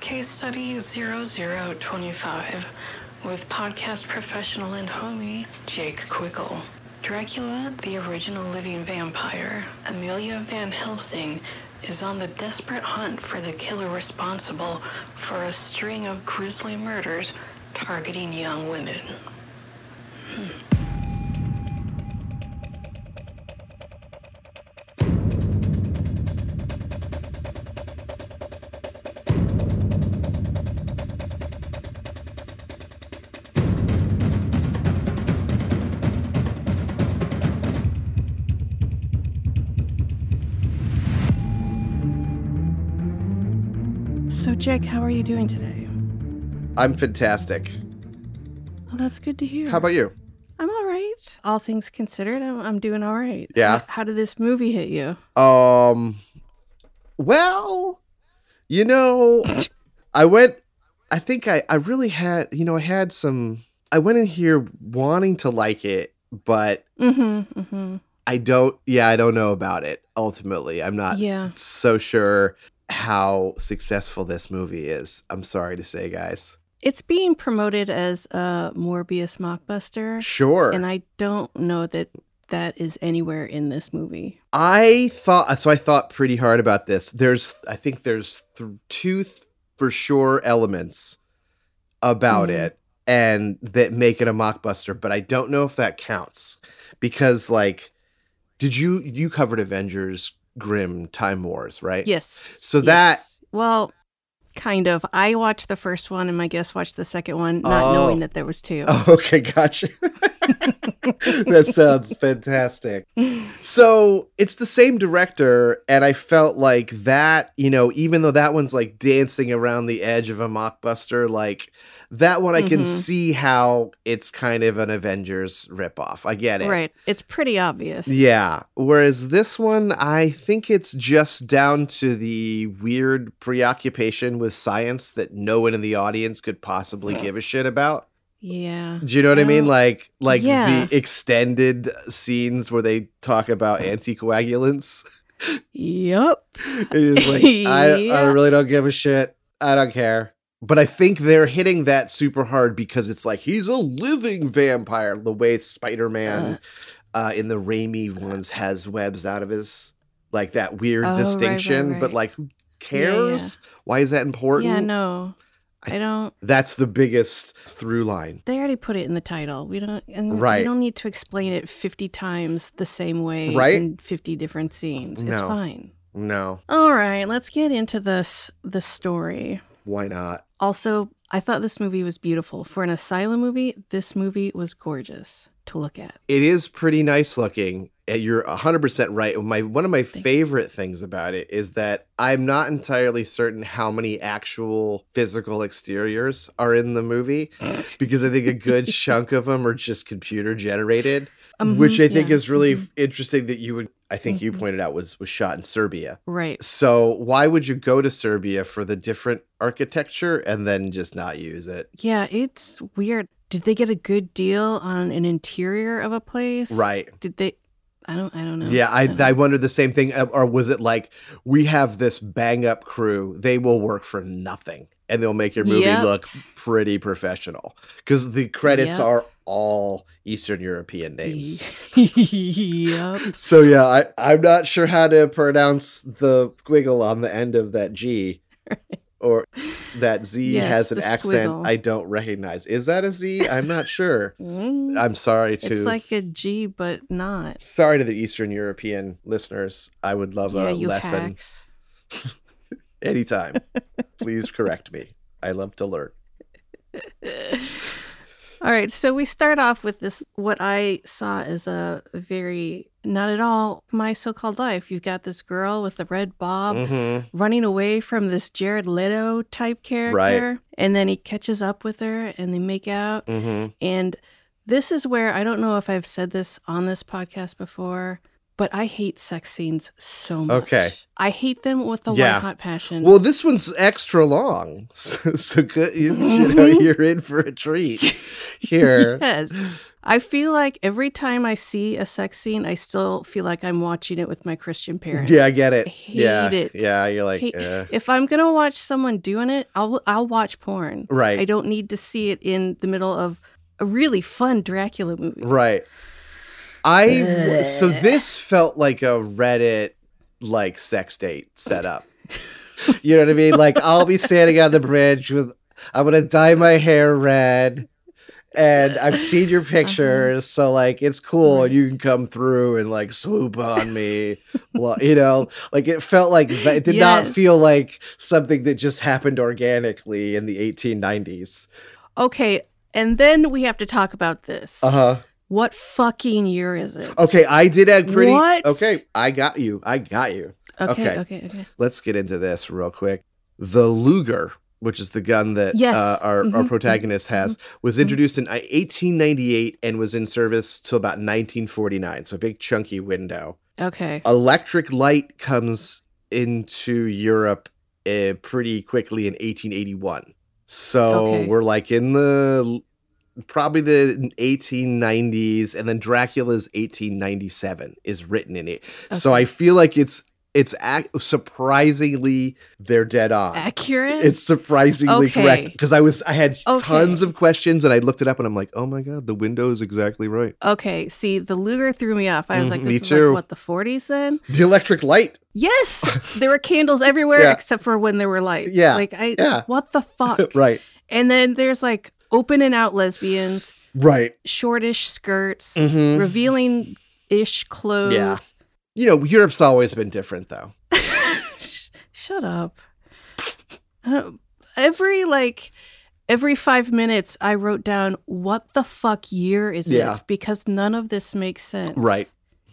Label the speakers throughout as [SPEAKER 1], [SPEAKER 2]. [SPEAKER 1] Case Study 0025 with podcast professional and homie Jake Quickle. Dracula, the original living vampire, Amelia Van Helsing, is on the desperate hunt for the killer responsible for a string of grisly murders targeting young women.
[SPEAKER 2] So, Jake, how are you doing today?
[SPEAKER 3] I'm fantastic.
[SPEAKER 2] Well, that's good to hear.
[SPEAKER 3] How about you?
[SPEAKER 2] I'm all right. All things considered, I'm, I'm doing all right.
[SPEAKER 3] Yeah.
[SPEAKER 2] How, how did this movie hit you?
[SPEAKER 3] Um, well, you know, I went. I think I I really had you know I had some. I went in here wanting to like it, but
[SPEAKER 2] Mm-hmm. Mm-hmm.
[SPEAKER 3] I don't. Yeah, I don't know about it. Ultimately, I'm not
[SPEAKER 2] Yeah.
[SPEAKER 3] so sure how successful this movie is. I'm sorry to say, guys.
[SPEAKER 2] It's being promoted as a Morbius mockbuster,
[SPEAKER 3] Sure.
[SPEAKER 2] and I don't know that that is anywhere in this movie.
[SPEAKER 3] I thought so. I thought pretty hard about this. There's, I think there's th- two th- for sure elements about
[SPEAKER 2] Mhm.
[SPEAKER 3] it, and that make it a mockbuster. But I don't know if that counts because, like, did you you covered Avengers Grim Time Wars, right?
[SPEAKER 2] Yes.
[SPEAKER 3] So that-
[SPEAKER 2] yes. well, kind of. I watched the first one, and my guest watched the second one, not
[SPEAKER 3] Oh.
[SPEAKER 2] knowing that there was two.
[SPEAKER 3] Oh, okay, gotcha. that sounds fantastic. So it's the same director, and I felt like that, you know, even though that one's like dancing around the edge of a mockbuster, like that one I
[SPEAKER 2] Mhm.
[SPEAKER 3] can see how it's kind of an Avengers ripoff. I get it.
[SPEAKER 2] right. It's pretty obvious.
[SPEAKER 3] Yeah. Whereas this one, I think it's just down to the weird preoccupation with science that no one in the audience could possibly give a shit about.
[SPEAKER 2] Yeah.
[SPEAKER 3] Do you know what I mean?
[SPEAKER 2] Well,
[SPEAKER 3] Like like
[SPEAKER 2] yeah.
[SPEAKER 3] the extended scenes where they talk about anticoagulants.
[SPEAKER 2] Yep.
[SPEAKER 3] It is like I, I
[SPEAKER 2] Yeah.
[SPEAKER 3] really don't give a shit. I don't care. But I think they're hitting that super hard because it's like he's a living vampire. The way Spider Man uh, in the Raimi ones has webs out of his like that weird
[SPEAKER 2] Oh, right, right,
[SPEAKER 3] distinction. But
[SPEAKER 2] right.
[SPEAKER 3] like who
[SPEAKER 2] Yeah, yeah.
[SPEAKER 3] cares? Why is that important?
[SPEAKER 2] Yeah, no. I don't.
[SPEAKER 3] That's the biggest through line.
[SPEAKER 2] They already put it in the title. We don't. And
[SPEAKER 3] Right.
[SPEAKER 2] We don't need to explain it fifty times the same way.
[SPEAKER 3] Right?
[SPEAKER 2] In fifty different scenes. It's
[SPEAKER 3] No.
[SPEAKER 2] fine.
[SPEAKER 3] No.
[SPEAKER 2] All right. Let's get into this. The story.
[SPEAKER 3] Why not?
[SPEAKER 2] Also, I thought this movie was beautiful for an asylum movie. This movie was gorgeous to look at.
[SPEAKER 3] it is pretty nice looking. And you're 100% right. My one of my
[SPEAKER 2] Thank you.
[SPEAKER 3] favorite things about it is that I'm not entirely certain how many actual physical exteriors are in the movie because I think a good chunk of them are just computer generated,
[SPEAKER 2] Mhm,
[SPEAKER 3] which I think
[SPEAKER 2] yeah,
[SPEAKER 3] is really
[SPEAKER 2] mhm.
[SPEAKER 3] f- interesting that you would I think you
[SPEAKER 2] Mhm.
[SPEAKER 3] pointed out was was shot in Serbia.
[SPEAKER 2] Mm-hmm. right.
[SPEAKER 3] So, why would you go to Serbia for the different architecture and then just not use it?
[SPEAKER 2] Yeah, it's weird. Did they get a good deal on an interior of a place?
[SPEAKER 3] Right.
[SPEAKER 2] Did they? I don't. I don't know.
[SPEAKER 3] Yeah, I,
[SPEAKER 2] don't
[SPEAKER 3] I wondered the same thing. Uh, Or was it like, we have this bang up crew, they will work for nothing and they'll make your movie
[SPEAKER 2] Yep.
[SPEAKER 3] look pretty professional? Because the credits
[SPEAKER 2] Yep.
[SPEAKER 3] are all Eastern European names.
[SPEAKER 2] yep.
[SPEAKER 3] So, yeah, I, I'm not sure how to pronounce the squiggle on the end of that G. Or that Z
[SPEAKER 2] Yes,
[SPEAKER 3] has an
[SPEAKER 2] the
[SPEAKER 3] accent
[SPEAKER 2] squiggle.
[SPEAKER 3] I don't recognize. Is that a Z? I'm not sure.
[SPEAKER 2] Mm.
[SPEAKER 3] I'm sorry to
[SPEAKER 2] It's like a G, but not.
[SPEAKER 3] sorry to the Eastern European listeners. I would love
[SPEAKER 2] yeah,
[SPEAKER 3] a
[SPEAKER 2] you
[SPEAKER 3] lesson.
[SPEAKER 2] hacks.
[SPEAKER 3] Anytime. Please correct me. I love to learn.
[SPEAKER 2] All right, so we start off with this what I saw as a very not at all my so-called life. You've got this girl with the red bob
[SPEAKER 3] Mm-hmm.
[SPEAKER 2] running away from this Jared Leto type character, and then he catches up with her, and they make out.
[SPEAKER 3] Mm-hmm.
[SPEAKER 2] And this is where I don't know if I've said this on this podcast before, but I hate sex scenes so much.
[SPEAKER 3] Okay.
[SPEAKER 2] I hate them with a
[SPEAKER 3] Yeah.
[SPEAKER 2] white hot passion.
[SPEAKER 3] Well, this one's extra long, so, so good. You, you know,
[SPEAKER 2] Mhm.
[SPEAKER 3] you're in for a treat here.
[SPEAKER 2] yes. I feel like every time I see a sex scene, I still feel like I'm watching it with my Christian parents.
[SPEAKER 3] Yeah, I get it.
[SPEAKER 2] I hate
[SPEAKER 3] yeah,
[SPEAKER 2] it.
[SPEAKER 3] yeah, you're like,
[SPEAKER 2] Hate-
[SPEAKER 3] eh.
[SPEAKER 2] If I'm gonna watch someone doing it, I'll I'll watch porn.
[SPEAKER 3] right,
[SPEAKER 2] I don't need to see it in the middle of a really fun Dracula movie.
[SPEAKER 3] right. I so this felt like a Reddit like sex date setup. you know what I mean? Like I'll be standing on the bridge with I'm gonna dye my hair red. And I've seen your pictures, so like it's cool.
[SPEAKER 2] Uh-huh. Right.
[SPEAKER 3] You can come through and like swoop on me, well, you know. Like it felt like that. it did not
[SPEAKER 2] Yes.
[SPEAKER 3] feel like something that just happened organically in the 1890s.
[SPEAKER 2] Okay, and then we have to talk about this.
[SPEAKER 3] Uh huh.
[SPEAKER 2] what fucking year is it?
[SPEAKER 3] Okay, I did add pretty.
[SPEAKER 2] What?
[SPEAKER 3] Okay, I got you. I got you.
[SPEAKER 2] Okay.
[SPEAKER 3] okay.
[SPEAKER 2] Okay. Okay.
[SPEAKER 3] Let's get into this real quick. The Luger, which is the gun that
[SPEAKER 2] Yes. Mm-hmm.
[SPEAKER 3] uh, our, our
[SPEAKER 2] Mhm.
[SPEAKER 3] protagonist has, was introduced in uh, 1898 and was in service till about 1949. So a big chunky window.
[SPEAKER 2] Okay.
[SPEAKER 3] Uh, Electric light comes into Europe uh, pretty quickly in 1881. So
[SPEAKER 2] Okay.
[SPEAKER 3] we're like in the probably the 1890s and then Dracula's 1897 is written in it. So
[SPEAKER 2] Okay.
[SPEAKER 3] I feel like it's it's ac- surprisingly they're dead on.
[SPEAKER 2] Accurate.
[SPEAKER 3] It's surprisingly correct
[SPEAKER 2] Okay.
[SPEAKER 3] because I was I had tons
[SPEAKER 2] Okay.
[SPEAKER 3] of questions and I looked it up and I'm like, "Oh my god, the window is exactly right."
[SPEAKER 2] okay. See, the Luger threw me off. I was
[SPEAKER 3] Mhm,
[SPEAKER 2] like,
[SPEAKER 3] me
[SPEAKER 2] this is
[SPEAKER 3] too.
[SPEAKER 2] like what the 40s then?
[SPEAKER 3] The electric light.
[SPEAKER 2] Yes, there were candles everywhere
[SPEAKER 3] Yeah.
[SPEAKER 2] except for when there were lights.
[SPEAKER 3] Yeah,
[SPEAKER 2] Like I.
[SPEAKER 3] yeah.
[SPEAKER 2] What the fuck?
[SPEAKER 3] right.
[SPEAKER 2] And then there's like open and out lesbians,
[SPEAKER 3] Right.
[SPEAKER 2] shortish skirts,
[SPEAKER 3] Mhm.
[SPEAKER 2] revealing ish clothes.
[SPEAKER 3] Yeah. You know, Europe's always been different though.
[SPEAKER 2] Sh- Shut up. I don't- every like every 5 minutes I wrote down what the fuck year is
[SPEAKER 3] Yeah.
[SPEAKER 2] it because none of this makes sense.
[SPEAKER 3] Right.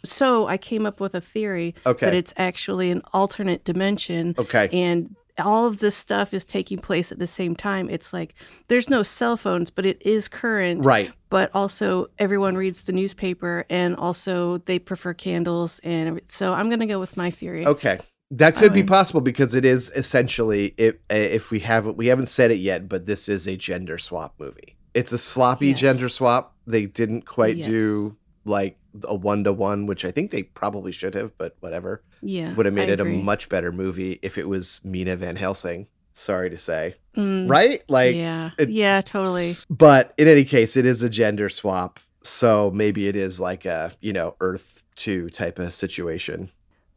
[SPEAKER 2] So I came up with a theory that
[SPEAKER 3] Okay.
[SPEAKER 2] it's actually an alternate dimension
[SPEAKER 3] Okay.
[SPEAKER 2] and all of this stuff is taking place at the same time. It's like there's no cell phones, but it is current,
[SPEAKER 3] Right.
[SPEAKER 2] but also everyone reads the newspaper and also they prefer candles and every- so I'm going to go with my theory.
[SPEAKER 3] Okay. That could be
[SPEAKER 2] Um,
[SPEAKER 3] possible because it is essentially if eh, if we haven't we haven't said it yet, but this is a gender swap movie. It's a sloppy
[SPEAKER 2] Yes.
[SPEAKER 3] gender swap. They didn't quite
[SPEAKER 2] Yes.
[SPEAKER 3] do like a one to one, which I think they probably should have, but whatever.
[SPEAKER 2] Yeah.
[SPEAKER 3] Would have made
[SPEAKER 2] I
[SPEAKER 3] it a
[SPEAKER 2] agree.
[SPEAKER 3] much better movie if it was Mina Van Helsing. Sorry to say,
[SPEAKER 2] Mm,
[SPEAKER 3] right? Like,
[SPEAKER 2] yeah.
[SPEAKER 3] it-
[SPEAKER 2] yeah, totally.
[SPEAKER 3] but in any case, it is a gender swap, so maybe it is like a you know Earth Two type of situation.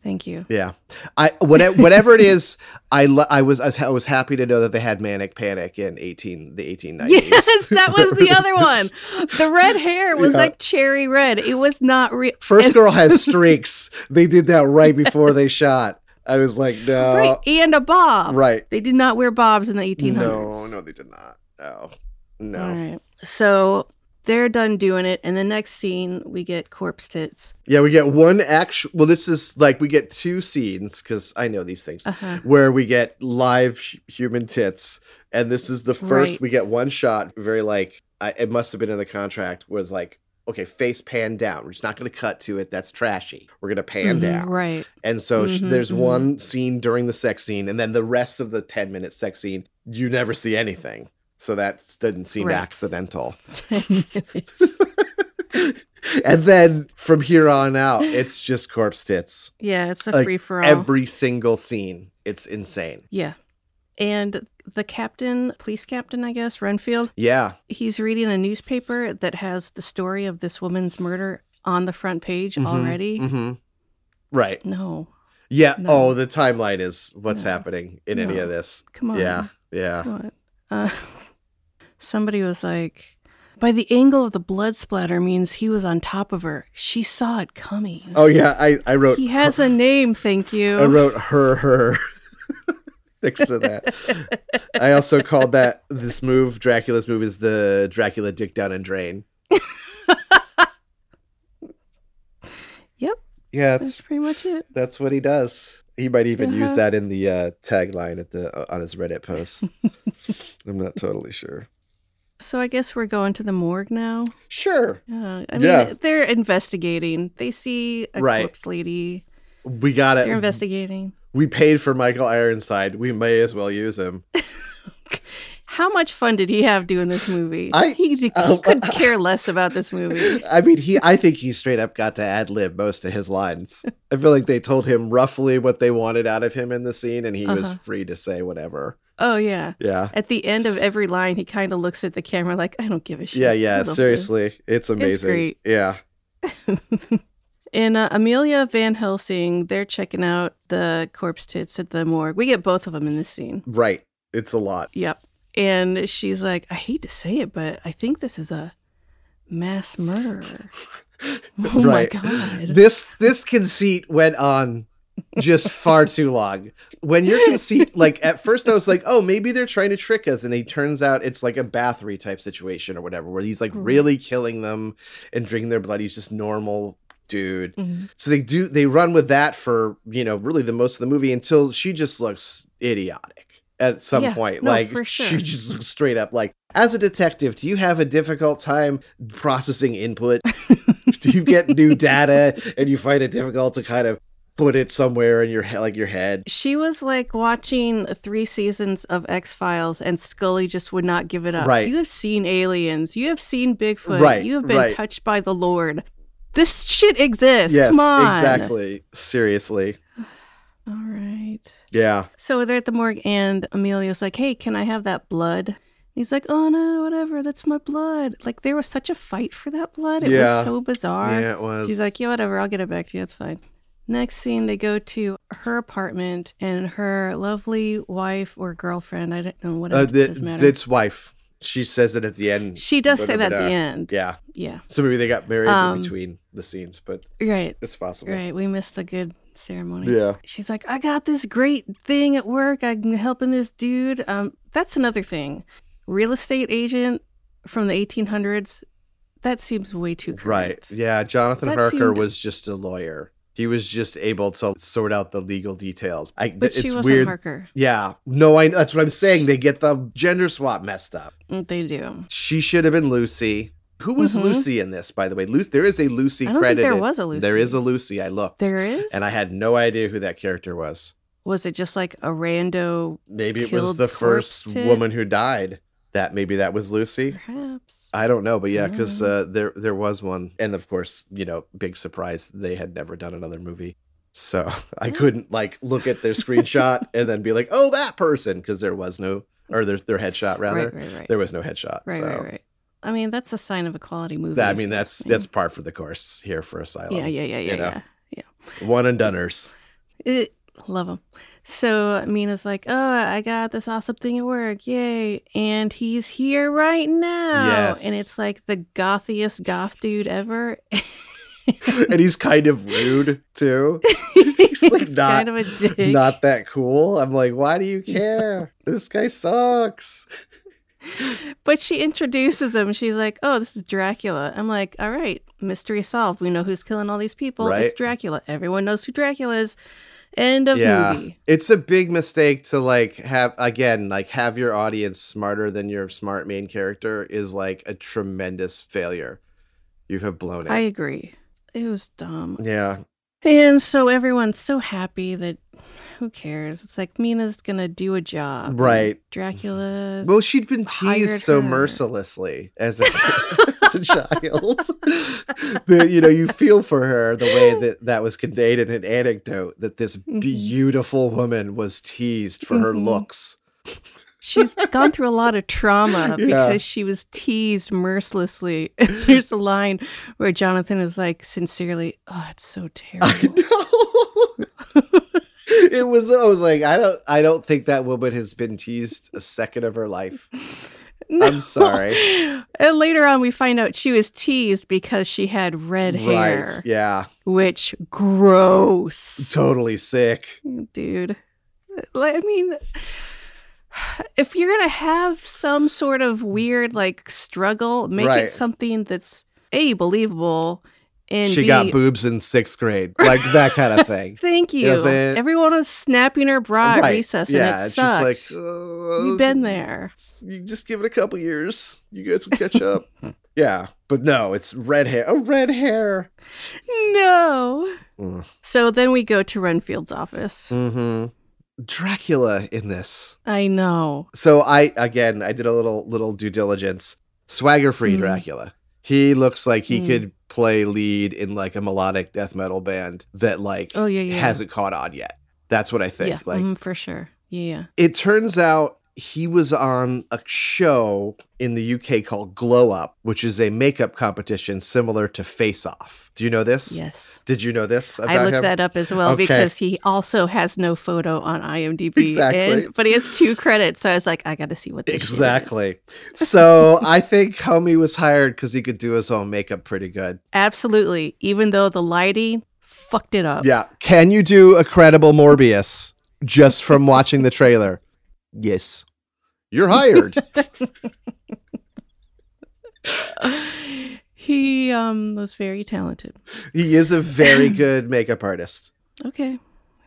[SPEAKER 2] Thank you.
[SPEAKER 3] Yeah, I whatever, whatever it is, I lo- I was I was happy to know that they had manic panic in eighteen the eighteen nineties.
[SPEAKER 2] Yes, that was the other one. The red hair was
[SPEAKER 3] Yeah.
[SPEAKER 2] like cherry red. It was not real.
[SPEAKER 3] First girl has streaks. They did that right before they shot. I was like,
[SPEAKER 2] right.
[SPEAKER 3] no,
[SPEAKER 2] And a bob.
[SPEAKER 3] Uh, right?
[SPEAKER 2] They did not wear bobs in the 1800s.
[SPEAKER 3] No, no, they did not. No, no.
[SPEAKER 2] All right. So they're done doing it. And the next scene, we get corpse tits.
[SPEAKER 3] Yeah, we get one actual. Well, this is like we get two scenes because I know these things.
[SPEAKER 2] Uh-huh.
[SPEAKER 3] where we get live hu- human tits and this is the first
[SPEAKER 2] Right.
[SPEAKER 3] we get one shot very like I, it must have been in the contract was like okay face pan down we're just not going to cut to it that's trashy we're going to pan
[SPEAKER 2] Mhm,
[SPEAKER 3] down
[SPEAKER 2] Right.
[SPEAKER 3] and so sh
[SPEAKER 2] Mhm,
[SPEAKER 3] there's
[SPEAKER 2] mhm.
[SPEAKER 3] one scene during the sex scene and then the rest of the 10 minute sex scene you never see anything so that s- didn't seem
[SPEAKER 2] Correct.
[SPEAKER 3] accidental
[SPEAKER 2] 10 minutes.
[SPEAKER 3] and then from here on out it's just corpse tits
[SPEAKER 2] yeah, it's a
[SPEAKER 3] Like,
[SPEAKER 2] free for all.
[SPEAKER 3] every single scene it's insane
[SPEAKER 2] yeah. And the captain, police captain, I guess, Renfield,
[SPEAKER 3] yeah
[SPEAKER 2] he's reading a newspaper that has the story of this woman's murder on the front page
[SPEAKER 3] Mhm,
[SPEAKER 2] already.
[SPEAKER 3] mhm. Right.
[SPEAKER 2] No,
[SPEAKER 3] Yeah.
[SPEAKER 2] No.
[SPEAKER 3] Oh, the timeline is what's
[SPEAKER 2] No.
[SPEAKER 3] happening in any
[SPEAKER 2] No.
[SPEAKER 3] of this.
[SPEAKER 2] come on.
[SPEAKER 3] Yeah. Yeah.
[SPEAKER 2] Come on. Uh, somebody was like, by the angle of the blood splatter means he was on top of her. She saw it coming.
[SPEAKER 3] Oh yeah. I I wrote
[SPEAKER 2] he has a name, thank you.
[SPEAKER 3] I wrote her her next to that. I also called that this move Dracula's move is the Dracula dick down and drain.
[SPEAKER 2] Yep.
[SPEAKER 3] Yeah,
[SPEAKER 2] That's
[SPEAKER 3] that's
[SPEAKER 2] pretty much it.
[SPEAKER 3] that's what he does. He might even use
[SPEAKER 2] Uh-huh.
[SPEAKER 3] that in the uh, tagline at the uh, on his Reddit post. I'm not totally sure.
[SPEAKER 2] So I guess we're going to the morgue now.
[SPEAKER 3] Sure.
[SPEAKER 2] Uh, I
[SPEAKER 3] Yeah.
[SPEAKER 2] mean, they're investigating. They see a
[SPEAKER 3] Right. Uh, mm-hmm.
[SPEAKER 2] corpse lady.
[SPEAKER 3] We got
[SPEAKER 2] They're
[SPEAKER 3] it.
[SPEAKER 2] investigating.
[SPEAKER 3] We paid for Michael Ironside. We may as well use him.
[SPEAKER 2] How much fun did he have doing this movie?
[SPEAKER 3] I-
[SPEAKER 2] he d-
[SPEAKER 3] um,
[SPEAKER 2] could care less about this movie.
[SPEAKER 3] I mean, he. I think he straight up got to ad lib most of his lines. I feel like they told him roughly what they wanted out of him in the scene, and he was
[SPEAKER 2] Uh-huh.
[SPEAKER 3] free to say whatever.
[SPEAKER 2] Oh yeah.
[SPEAKER 3] Yeah,
[SPEAKER 2] At the end of every line, he kind of looks at the camera like, "I don't give a shit."
[SPEAKER 3] yeah,
[SPEAKER 2] I
[SPEAKER 3] yeah.
[SPEAKER 2] love this.
[SPEAKER 3] Seriously, it's amazing.
[SPEAKER 2] great.
[SPEAKER 3] Yeah,
[SPEAKER 2] And uh, Amelia Van Helsing, they're checking out the corpse tits at the morgue. We get both of them in this scene.
[SPEAKER 3] right. It's a lot.
[SPEAKER 2] Yep. And she's like, I hate to say it, but I think this is a mass murderer. Oh
[SPEAKER 3] right.
[SPEAKER 2] my God.
[SPEAKER 3] This this conceit went on just far too long. When your conceit, like at first, I was like, oh, maybe they're trying to trick us, and it turns out it's like a Bathory type situation or whatever, where he's like
[SPEAKER 2] Mhm.
[SPEAKER 3] really killing them and drinking their blood. He's just normal dude.
[SPEAKER 2] Mhm.
[SPEAKER 3] So they do they run with that for you know really the most of the movie until she just looks idiotic at some
[SPEAKER 2] Yeah,
[SPEAKER 3] point.
[SPEAKER 2] no,
[SPEAKER 3] like
[SPEAKER 2] for
[SPEAKER 3] she
[SPEAKER 2] sure.
[SPEAKER 3] just looks straight up like, as a detective, do you have a difficult time processing input? do you get new data and you find it difficult to kind of put it somewhere in your head, like your head?
[SPEAKER 2] She was like watching three seasons of X Files, and Scully just would not give it up.
[SPEAKER 3] Right.
[SPEAKER 2] You have seen aliens. You have seen Bigfoot.
[SPEAKER 3] Right,
[SPEAKER 2] You have been
[SPEAKER 3] right.
[SPEAKER 2] touched by the Lord. This shit exists.
[SPEAKER 3] yes,
[SPEAKER 2] Come on.
[SPEAKER 3] exactly. Seriously,
[SPEAKER 2] All right.
[SPEAKER 3] yeah.
[SPEAKER 2] So they're at the morgue, and Amelia's like, "Hey, can I have that blood?" And he's like, "Oh no, whatever. That's my blood." Like there was such a fight for that blood. It
[SPEAKER 3] Yeah.
[SPEAKER 2] was so bizarre.
[SPEAKER 3] Yeah, it was.
[SPEAKER 2] She's like, "Yeah, whatever. I'll get it back to you. It's fine." Next scene, they go to her apartment, and her lovely wife or girlfriend, I don't know, whatever
[SPEAKER 3] uh,
[SPEAKER 2] it
[SPEAKER 3] the,
[SPEAKER 2] doesn't matter.
[SPEAKER 3] it's wife. She says it at the end.
[SPEAKER 2] she does say that at the
[SPEAKER 3] Da-da-da-da.
[SPEAKER 2] end.
[SPEAKER 3] Yeah.
[SPEAKER 2] Yeah.
[SPEAKER 3] So maybe they got married
[SPEAKER 2] Um,
[SPEAKER 3] in between the scenes, but
[SPEAKER 2] Right.
[SPEAKER 3] it's possible.
[SPEAKER 2] Right. We missed the good ceremony.
[SPEAKER 3] Yeah.
[SPEAKER 2] she's like, I got this great thing at work. I'm helping this dude. Um, that's another thing. Real estate agent from the 1800s. That seems way too
[SPEAKER 3] Right.
[SPEAKER 2] correct.
[SPEAKER 3] Yeah. Jonathan
[SPEAKER 2] That
[SPEAKER 3] Harker
[SPEAKER 2] seemed-
[SPEAKER 3] was just a lawyer. He was just able to sort out the legal details. I,
[SPEAKER 2] But
[SPEAKER 3] it's
[SPEAKER 2] she wasn't
[SPEAKER 3] weird.
[SPEAKER 2] Harker.
[SPEAKER 3] Yeah. No, I. That's what I'm saying. They get the gender swap messed up.
[SPEAKER 2] Mm, They do.
[SPEAKER 3] She should have been Lucy. Who was
[SPEAKER 2] Mhm.
[SPEAKER 3] Lucy in this, by the way? Lucy. There is a Lucy
[SPEAKER 2] I don't think
[SPEAKER 3] credited.
[SPEAKER 2] there was a Lucy.
[SPEAKER 3] There is a Lucy. I looked,
[SPEAKER 2] There is.
[SPEAKER 3] and I had no idea who that character was.
[SPEAKER 2] was it just like a rando?
[SPEAKER 3] Maybe it was
[SPEAKER 2] Killed
[SPEAKER 3] the
[SPEAKER 2] corpse
[SPEAKER 3] first
[SPEAKER 2] tit?
[SPEAKER 3] woman who died. That maybe that was Lucy.
[SPEAKER 2] Perhaps.
[SPEAKER 3] I don't know, but yeah, because
[SPEAKER 2] Yeah.
[SPEAKER 3] uh, there there was one, and of course, you know, big surprise, they had never done another movie, so I couldn't like look at their screenshot and then be like, oh, that person, because there was no or their their headshot rather,
[SPEAKER 2] Right. Right. Right.
[SPEAKER 3] there was no headshot.
[SPEAKER 2] right.
[SPEAKER 3] so
[SPEAKER 2] Right. Right. I mean, that's a sign of a quality movie.
[SPEAKER 3] that- I mean, that's
[SPEAKER 2] Yeah.
[SPEAKER 3] that's par for the course here for Asylum.
[SPEAKER 2] yeah. Yeah. Yeah. Yeah.
[SPEAKER 3] you know.
[SPEAKER 2] Yeah.
[SPEAKER 3] One and doneers.
[SPEAKER 2] It, love him. So Mina's like, oh, I got this awesome thing at work. Yay. And he's here right now.
[SPEAKER 3] Yes.
[SPEAKER 2] And it's like the gothiest goth dude ever.
[SPEAKER 3] and he's kind of rude too.
[SPEAKER 2] he's
[SPEAKER 3] like not-
[SPEAKER 2] kind of a dick.
[SPEAKER 3] Not that cool. I'm like, why do you care? this guy sucks.
[SPEAKER 2] But she introduces him. She's like, oh, this is Dracula. I'm like, all right, mystery solved. We know who's killing all these people.
[SPEAKER 3] Right.
[SPEAKER 2] It's Dracula. Everyone knows who Dracula is. End of
[SPEAKER 3] Yeah.
[SPEAKER 2] movie.
[SPEAKER 3] it's a big mistake to like have again like have your audience smarter than your smart main character is like a tremendous failure you have blown it
[SPEAKER 2] I agree. It was dumb.
[SPEAKER 3] yeah
[SPEAKER 2] And so everyone's so happy that who cares? It's like Mina's gonna do a job.
[SPEAKER 3] Right.
[SPEAKER 2] Dracula.
[SPEAKER 3] well she'd been
[SPEAKER 2] hired
[SPEAKER 3] teased so
[SPEAKER 2] her.
[SPEAKER 3] mercilessly as a, as a child that you know you feel for her the way that that was conveyed in an anecdote that this
[SPEAKER 2] Mhm.
[SPEAKER 3] beautiful woman was teased for her
[SPEAKER 2] Mhm.
[SPEAKER 3] looks
[SPEAKER 2] she's gone through a lot of trauma
[SPEAKER 3] Yeah.
[SPEAKER 2] because she was teased mercilessly. There's a line where Jonathan is like, sincerely, oh, it's so
[SPEAKER 3] I
[SPEAKER 2] terrible.
[SPEAKER 3] know. it was. I was like, I don't. I don't think that woman has been teased a second of her life.
[SPEAKER 2] No.
[SPEAKER 3] I'm sorry.
[SPEAKER 2] And later on, we find out she was teased because she had red hair,
[SPEAKER 3] Yeah.
[SPEAKER 2] which gross.
[SPEAKER 3] Totally sick.
[SPEAKER 2] dude. Like, I mean, if you're gonna have some sort of weird like struggle, make
[SPEAKER 3] Right.
[SPEAKER 2] it something that's a believable and
[SPEAKER 3] she
[SPEAKER 2] B,
[SPEAKER 3] got boobs in sixth grade, like that kind of thing.
[SPEAKER 2] Thank you.
[SPEAKER 3] know what I'm saying?
[SPEAKER 2] Everyone was snapping her bra at recess,
[SPEAKER 3] yeah.
[SPEAKER 2] and it
[SPEAKER 3] it's
[SPEAKER 2] sucks.
[SPEAKER 3] just like oh,
[SPEAKER 2] We've
[SPEAKER 3] this is-
[SPEAKER 2] been there.
[SPEAKER 3] You just give it a couple years. You guys will catch up. yeah, but no, it's red hair. Oh, red hair.
[SPEAKER 2] No.
[SPEAKER 3] Mm.
[SPEAKER 2] So then we go to Renfield's office,
[SPEAKER 3] Mm-hmm. Dracula in this.
[SPEAKER 2] I know.
[SPEAKER 3] So I again I did a little little due diligence. Swagger free
[SPEAKER 2] Mm.
[SPEAKER 3] Dracula. He looks like he
[SPEAKER 2] Mm.
[SPEAKER 3] could play lead in like a melodic death metal band that like
[SPEAKER 2] Oh, yeah, yeah.
[SPEAKER 3] hasn't caught on yet. That's what I think.
[SPEAKER 2] yeah,
[SPEAKER 3] Like
[SPEAKER 2] mhm, for sure. Yeah.
[SPEAKER 3] it turns out he was on a show in the UK called Glow Up, which is a makeup competition similar to Face Off. Do you know this?
[SPEAKER 2] Yes.
[SPEAKER 3] Did you know this? About
[SPEAKER 2] I looked
[SPEAKER 3] him?
[SPEAKER 2] that up as well
[SPEAKER 3] Okay.
[SPEAKER 2] because he also has no photo on IMDb.
[SPEAKER 3] Exactly.
[SPEAKER 2] but he has two credits, so I was like, I got to see what this shit is.
[SPEAKER 3] Exactly. so I think Homie was hired because he could do his own makeup pretty good.
[SPEAKER 2] Absolutely. Even though the lighting fucked it up.
[SPEAKER 3] Yeah. Can you do a credible Morbius just from watching the trailer? Yes. You're hired.
[SPEAKER 2] he um was very talented.
[SPEAKER 3] he is a very good makeup artist.
[SPEAKER 2] Okay,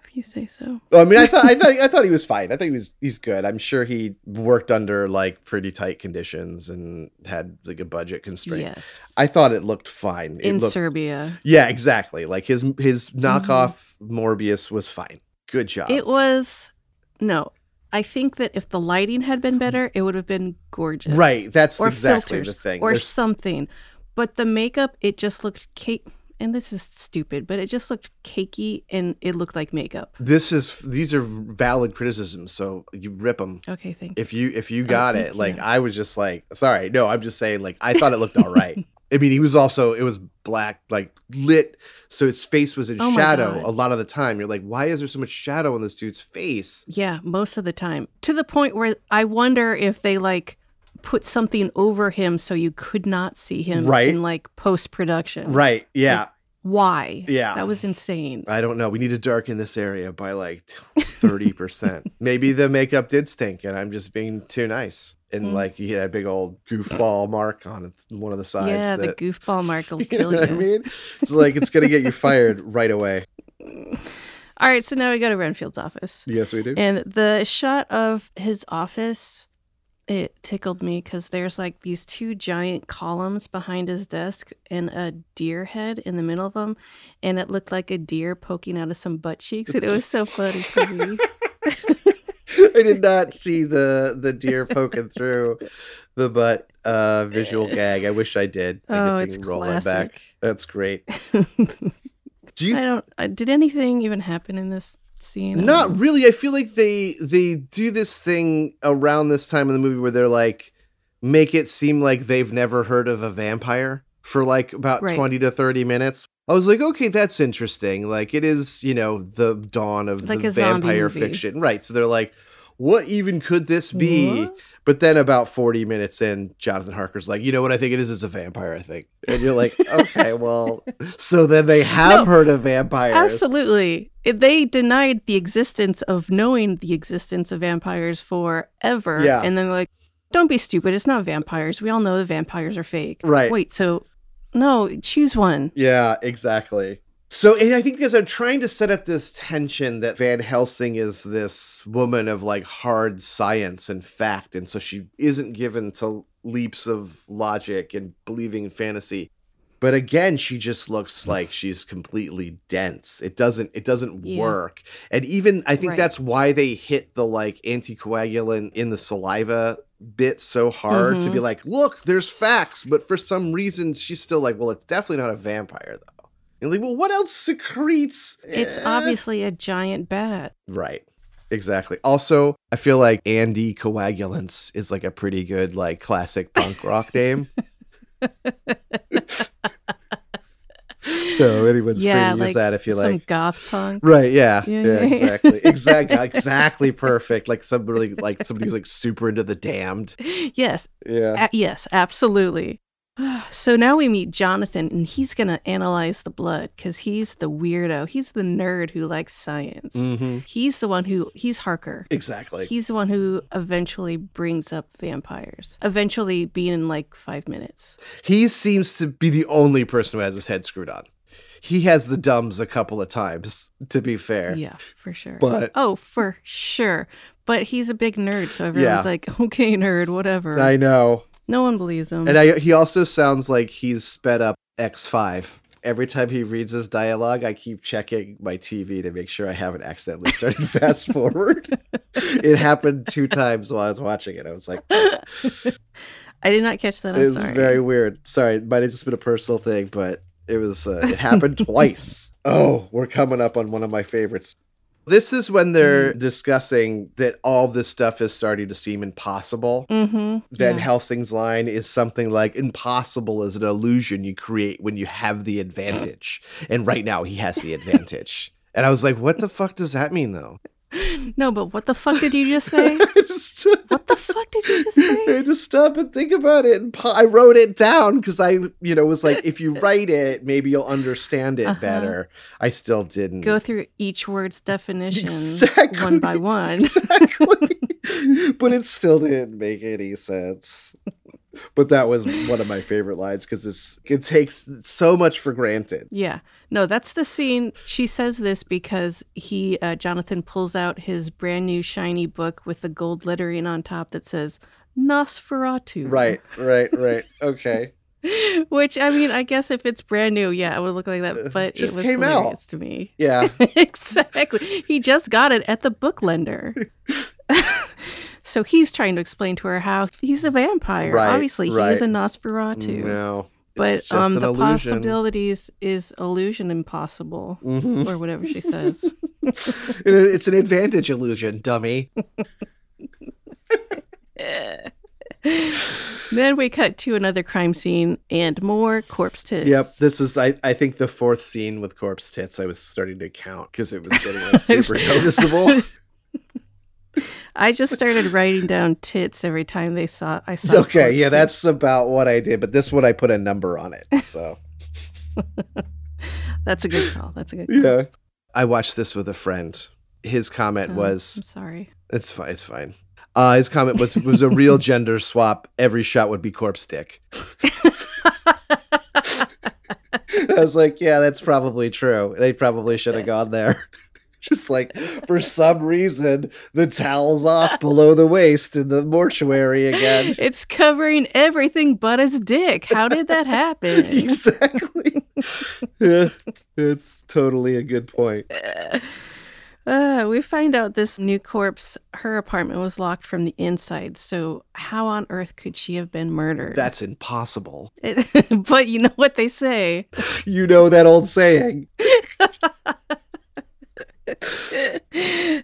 [SPEAKER 2] if you say so.
[SPEAKER 3] Well, I mean, I thought, I thought, I thought he was fine. I think he was, he's good. I'm sure he worked under like pretty tight conditions and had like a budget constraint.
[SPEAKER 2] Yes.
[SPEAKER 3] I thought it looked fine. It
[SPEAKER 2] In
[SPEAKER 3] looked-
[SPEAKER 2] Serbia,
[SPEAKER 3] yeah, exactly. Like his his knockoff Morbius was fine. Good job.
[SPEAKER 2] Mm-hmm. it was no. I think that if the lighting had been better, it would have been gorgeous.
[SPEAKER 3] Right. That's
[SPEAKER 2] Or
[SPEAKER 3] exactly
[SPEAKER 2] filters
[SPEAKER 3] the thing.
[SPEAKER 2] or
[SPEAKER 3] There's-
[SPEAKER 2] something. But the makeup, it just looked cake. And this is stupid, but it just looked cakey and it looked like makeup.
[SPEAKER 3] this is these are valid criticisms, so you rip them.
[SPEAKER 2] Okay, thank you.
[SPEAKER 3] If you if you got
[SPEAKER 2] Oh, thank
[SPEAKER 3] it, like
[SPEAKER 2] you.
[SPEAKER 3] I was just like, sorry, no, I'm just saying, like I thought it looked all right. I mean, he was also it was black, like lit, so his face was in
[SPEAKER 2] Oh my
[SPEAKER 3] shadow
[SPEAKER 2] God.
[SPEAKER 3] a lot of the time. You're like, why is there so much shadow on this dude's face?
[SPEAKER 2] Yeah, most of the time. To the point where I wonder if they like put something over him so you could not see him
[SPEAKER 3] Right.
[SPEAKER 2] in like post production.
[SPEAKER 3] Right. Yeah.
[SPEAKER 2] Why?
[SPEAKER 3] Yeah.
[SPEAKER 2] That was insane.
[SPEAKER 3] I don't know. We need to darken this area by like thirty percent. Maybe the makeup did stink, and I'm just being too nice. And
[SPEAKER 2] Mm.
[SPEAKER 3] like he had a big old goofball mark on one of the sides.
[SPEAKER 2] Yeah,
[SPEAKER 3] that,
[SPEAKER 2] the goofball mark will
[SPEAKER 3] You know
[SPEAKER 2] kill you.
[SPEAKER 3] what I mean? It's like it's gonna get you fired right away.
[SPEAKER 2] All right, so now we go to Renfield's office.
[SPEAKER 3] Yes, we do.
[SPEAKER 2] And the shot of his office, it tickled me because there's like these two giant columns behind his desk and a deer head in the middle of them. And it looked like a deer poking out of some butt cheeks. And it was so funny to me.
[SPEAKER 3] I did not see the the deer poking through the butt uh, visual gag. I wish I did. I guess
[SPEAKER 2] oh,
[SPEAKER 3] I
[SPEAKER 2] it's
[SPEAKER 3] can roll that
[SPEAKER 2] classic.
[SPEAKER 3] That's great.
[SPEAKER 2] I
[SPEAKER 3] Do you?
[SPEAKER 2] don't. Uh, did anything even happen in this scene? I
[SPEAKER 3] Not
[SPEAKER 2] don't know.
[SPEAKER 3] really. I feel like they they do this thing around this time in the movie where they're like make it seem like they've never heard of a vampire for like about
[SPEAKER 2] Right.
[SPEAKER 3] 20 to 30 minutes. I was like, okay, that's interesting. Like it is, you know, the dawn of
[SPEAKER 2] Like
[SPEAKER 3] the
[SPEAKER 2] a zombie
[SPEAKER 3] vampire
[SPEAKER 2] movie.
[SPEAKER 3] fiction. Right. So they're like, what even could this be?
[SPEAKER 2] What?
[SPEAKER 3] But then about 40 minutes in, Jonathan Harker's like, you know what I think it is? It's a vampire, I think. And you're like, okay, well, so then they
[SPEAKER 2] No,
[SPEAKER 3] have heard of vampires.
[SPEAKER 2] Absolutely. It- They denied the existence of knowing the existence of vampires forever.
[SPEAKER 3] Yeah.
[SPEAKER 2] And then they're like, don't be stupid. It's not vampires. We all know the vampires are fake.
[SPEAKER 3] Right.
[SPEAKER 2] Wait, so no, choose one.
[SPEAKER 3] Yeah, exactly. So, and I think because I'm trying to set up this tension that Van Helsing is this woman of like hard science and fact, and so she isn't given to leaps of logic and believing in fantasy. But again, she just looks like she's completely dense. It doesn't it doesn't
[SPEAKER 2] Yeah.
[SPEAKER 3] work. And even I think
[SPEAKER 2] Right.
[SPEAKER 3] that's why they hit the like anticoagulant in the saliva bit so hard to
[SPEAKER 2] Mhm.
[SPEAKER 3] be like, look, there's facts, but for some reason she's still like, well, it's definitely not a vampire though. You're like, well, what else secretes?
[SPEAKER 2] It's
[SPEAKER 3] Eh.
[SPEAKER 2] obviously a giant bat.
[SPEAKER 3] right. Exactly. Also, I feel like Andy Coagulants is like a pretty good like classic punk rock name. so anyone's
[SPEAKER 2] Yeah,
[SPEAKER 3] free to
[SPEAKER 2] like
[SPEAKER 3] use that if you
[SPEAKER 2] Some
[SPEAKER 3] like.
[SPEAKER 2] goth punk.
[SPEAKER 3] Right, yeah. Yeah,
[SPEAKER 2] Yeah, yeah, yeah.
[SPEAKER 3] exactly. Exactly. exactly perfect. Like somebody like somebody who's like super into the damned.
[SPEAKER 2] Yes.
[SPEAKER 3] Yeah.
[SPEAKER 2] a- yes, absolutely. So now we meet Jonathan, and he's going to analyze the blood because he's the weirdo. He's the nerd who likes science.
[SPEAKER 3] Mm-hmm.
[SPEAKER 2] He's the one who, he's Harker.
[SPEAKER 3] Exactly.
[SPEAKER 2] He's the one who eventually brings up vampires. Eventually, being in like five minutes.
[SPEAKER 3] He seems to be the only person who has his head screwed on. He has the dumbs a couple of times, to be fair.
[SPEAKER 2] Yeah, for sure.
[SPEAKER 3] But-
[SPEAKER 2] oh, for sure. But he's a big nerd, so everyone's
[SPEAKER 3] Yeah.
[SPEAKER 2] like, "Okay, nerd, whatever."
[SPEAKER 3] I know.
[SPEAKER 2] no one believes him.
[SPEAKER 3] And I, he also sounds like he's sped up X5 every time he reads his dialogue, I keep checking my TV to make sure I haven't accidentally started fast forward. it happened two times while I was watching it. I was like,
[SPEAKER 2] I did not catch that.
[SPEAKER 3] it
[SPEAKER 2] I'm
[SPEAKER 3] was
[SPEAKER 2] sorry.
[SPEAKER 3] very weird. Sorry, it might have just been a personal thing, but it was uh, it happened twice. Oh, we're coming up on one of my favorites. This is when they're
[SPEAKER 2] Mm.
[SPEAKER 3] discussing that all this stuff is starting to seem impossible.
[SPEAKER 2] mm-hmm.
[SPEAKER 3] Van Helsing's line is something like impossible is an illusion you create when you have the advantage. And right now he has the advantage. and I was like, what the fuck does that mean though?
[SPEAKER 2] No, but what the fuck did you just say?
[SPEAKER 3] I just,
[SPEAKER 2] what the fuck did you just say?
[SPEAKER 3] I just stop and think about it. And po- I wrote it down because I, you know, was like, if you write it, maybe you'll understand it
[SPEAKER 2] Uh-huh.
[SPEAKER 3] better. I still didn't.
[SPEAKER 2] Go through each word's definition
[SPEAKER 3] Exactly.
[SPEAKER 2] one by one.
[SPEAKER 3] exactly. but it still didn't make any sense. But that was one of my favorite lines because it takes so much for granted.
[SPEAKER 2] Yeah. No, that's the scene. She says this because he, uh, Jonathan, pulls out his brand new shiny book with the gold lettering on top that says Nosferatu.
[SPEAKER 3] Right, right, right. Okay.
[SPEAKER 2] Which, I mean, I guess if it's brand new, yeah, it would look like that. But
[SPEAKER 3] Uh, Just
[SPEAKER 2] it was
[SPEAKER 3] came out.
[SPEAKER 2] hilarious to me.
[SPEAKER 3] Yeah.
[SPEAKER 2] exactly. He just got it at the book lender. so he's trying to explain to her how he's a vampire.
[SPEAKER 3] Right,
[SPEAKER 2] Obviously, he is
[SPEAKER 3] right.
[SPEAKER 2] a Nosferatu.
[SPEAKER 3] No.
[SPEAKER 2] But
[SPEAKER 3] it's just
[SPEAKER 2] um,
[SPEAKER 3] an
[SPEAKER 2] the
[SPEAKER 3] illusion.
[SPEAKER 2] possibilities is illusion impossible,
[SPEAKER 3] Mhm.
[SPEAKER 2] or whatever she says.
[SPEAKER 3] It- It's an advantage illusion, dummy.
[SPEAKER 2] then we cut to another crime scene and more corpse tits.
[SPEAKER 3] Yep, this is I, I think the fourth scene with corpse tits. I was starting to count because it was getting like, super noticeable.
[SPEAKER 2] I just started writing down tits every time they saw I saw.
[SPEAKER 3] okay,
[SPEAKER 2] corpse
[SPEAKER 3] yeah,
[SPEAKER 2] tits.
[SPEAKER 3] that's about what I did. But this one I put a number on it. So
[SPEAKER 2] that's a good call. That's a good call.
[SPEAKER 3] yeah, Oh. I watched this with a friend. His comment
[SPEAKER 2] Um, I'm
[SPEAKER 3] was,
[SPEAKER 2] sorry.
[SPEAKER 3] "It's fine, it's fine." Uh, his comment was was a real gender swap. Every shot would be corpse dick. I was like, yeah, that's probably true. They probably should have gone there. Just like for some reason, the towel's off below the waist in the mortuary again.
[SPEAKER 2] It's covering everything but his dick. How did that happen?
[SPEAKER 3] exactly. yeah, it's totally a good point.
[SPEAKER 2] Uh, we find out this new corpse, her apartment was locked from the inside. So, how on earth could she have been murdered?
[SPEAKER 3] That's impossible.
[SPEAKER 2] It- but you know what they say.
[SPEAKER 3] You know that old saying.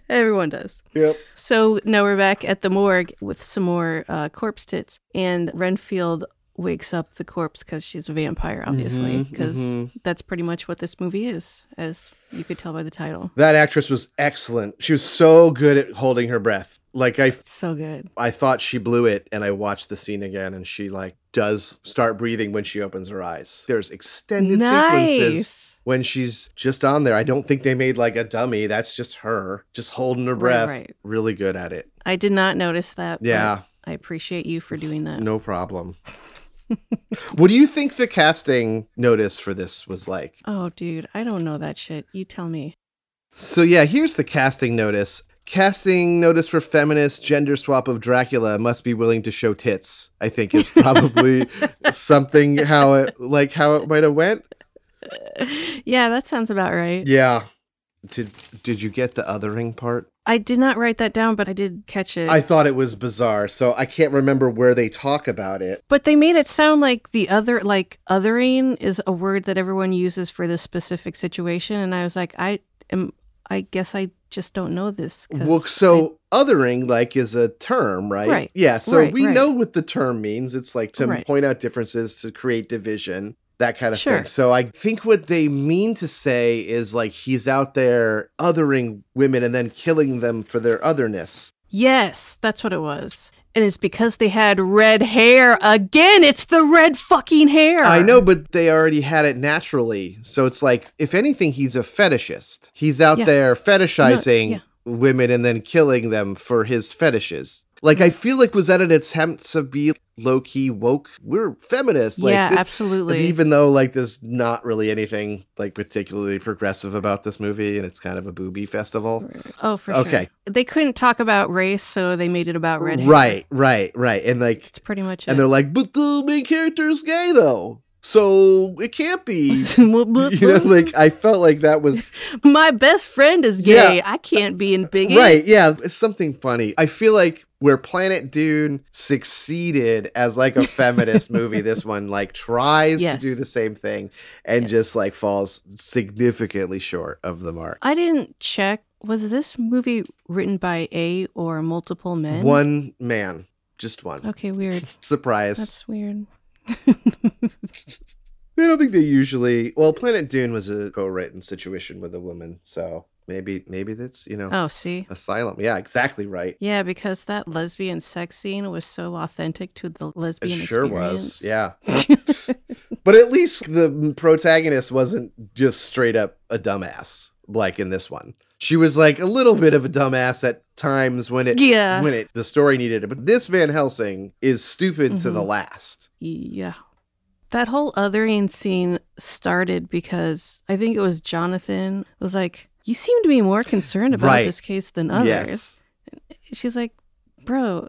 [SPEAKER 2] Everyone does.
[SPEAKER 3] Yep.
[SPEAKER 2] So, now we're back at the morgue with some more uh, corpse tits. And Renfield wakes up the corpse because she's a vampire, obviously,
[SPEAKER 3] Mhm,
[SPEAKER 2] because
[SPEAKER 3] mhm.
[SPEAKER 2] that's pretty much what this movie is, as you could tell by the title.
[SPEAKER 3] That actress was excellent. She was so good at holding her breath. Like I
[SPEAKER 2] So good.
[SPEAKER 3] I thought she blew it, and I watched the scene again, and she like does start breathing when she opens her eyes. There's extended sequences
[SPEAKER 2] Nice.
[SPEAKER 3] when she's just on there. I don't think they made like a dummy. That's just her, just holding her
[SPEAKER 2] Right,
[SPEAKER 3] breath.
[SPEAKER 2] right.
[SPEAKER 3] Really good at it.
[SPEAKER 2] I did not notice that. but
[SPEAKER 3] Yeah,
[SPEAKER 2] I appreciate you for doing that.
[SPEAKER 3] no problem. what do you think the casting notice for this was like?
[SPEAKER 2] Oh, dude, I don't know that shit. You tell me.
[SPEAKER 3] So yeah, here's the casting notice. Casting notice for feminist gender swap of Dracula must be willing to show tits. I think is probably something how it like how it might have went.
[SPEAKER 2] yeah, that sounds about right.
[SPEAKER 3] Yeah. Did did you get the othering part?
[SPEAKER 2] I did not write that down, but I did catch it.
[SPEAKER 3] I thought it was bizarre, so I can't remember where they talk about it.
[SPEAKER 2] but they made it sound like the other, like othering, is a word that everyone uses for this specific situation, and I was like, I am. I guess I just don't know this. 'cause
[SPEAKER 3] Well, so othering like is a term, right?
[SPEAKER 2] Right.
[SPEAKER 3] Yeah. So
[SPEAKER 2] Right,
[SPEAKER 3] we
[SPEAKER 2] right.
[SPEAKER 3] know what the term means. It's like to
[SPEAKER 2] Right.
[SPEAKER 3] point out differences, to create division, that kind of
[SPEAKER 2] Sure.
[SPEAKER 3] thing. So I think what they mean to say is like he's out there othering women and then killing them for their otherness.
[SPEAKER 2] Yes, that's what it was. And it's because they had red hair again. It's the red fucking hair.
[SPEAKER 3] I know, but they already had it naturally. So it's like, if anything, he's a fetishist. He's out
[SPEAKER 2] Yeah.
[SPEAKER 3] there fetishizing
[SPEAKER 2] yeah.
[SPEAKER 3] women and then killing them for his fetishes. Like,
[SPEAKER 2] Mm-hmm.
[SPEAKER 3] I feel like was that an attempt to be low key woke? We're feminists. Like,
[SPEAKER 2] yeah,
[SPEAKER 3] this-
[SPEAKER 2] absolutely.
[SPEAKER 3] Even though like there's not really anything like particularly progressive about this movie, and it's kind of a booby festival.
[SPEAKER 2] oh, for sure.
[SPEAKER 3] Okay.
[SPEAKER 2] They couldn't talk about race, so they made it about red hair.
[SPEAKER 3] Right, right, right, and like,
[SPEAKER 2] It's pretty much
[SPEAKER 3] and
[SPEAKER 2] it.
[SPEAKER 3] they're like, but the main character is gay though. so it can't be.
[SPEAKER 2] Whoop, whoop,
[SPEAKER 3] You know,
[SPEAKER 2] whoop.
[SPEAKER 3] like I felt like that was
[SPEAKER 2] My best friend is gay.
[SPEAKER 3] Yeah.
[SPEAKER 2] I can't be in Big Eight.
[SPEAKER 3] right. Yeah, it's something funny. I feel like where Planet Dune succeeded as like a feminist movie, this one like tries
[SPEAKER 2] Yes.
[SPEAKER 3] to do the same thing and just like falls significantly short of the mark.
[SPEAKER 2] I didn't check. Was this movie written by a or multiple men?
[SPEAKER 3] One man, just one.
[SPEAKER 2] Okay, weird.
[SPEAKER 3] Surprise.
[SPEAKER 2] That's weird.
[SPEAKER 3] I don't think they usually. Well, Planet Dune was a co-written situation with a woman, so maybe maybe that's you know
[SPEAKER 2] oh, see?
[SPEAKER 3] Asylum. Yeah, exactly right.
[SPEAKER 2] Yeah, because that lesbian sex scene was so authentic to the
[SPEAKER 3] It
[SPEAKER 2] lesbian
[SPEAKER 3] sure
[SPEAKER 2] experience.
[SPEAKER 3] was. Yeah. but at least the protagonist wasn't just straight up a dumbass like in this one. She was like a little bit of a dumbass at times when it
[SPEAKER 2] Yeah.
[SPEAKER 3] when it the story needed it. But this Van Helsing is stupid to the
[SPEAKER 2] Mhm.
[SPEAKER 3] last.
[SPEAKER 2] Yeah. That whole othering scene started because I think it was Jonathan was like, You seem to be more concerned about
[SPEAKER 3] Right.
[SPEAKER 2] this case than others.
[SPEAKER 3] Yes.
[SPEAKER 2] She's like, Bro,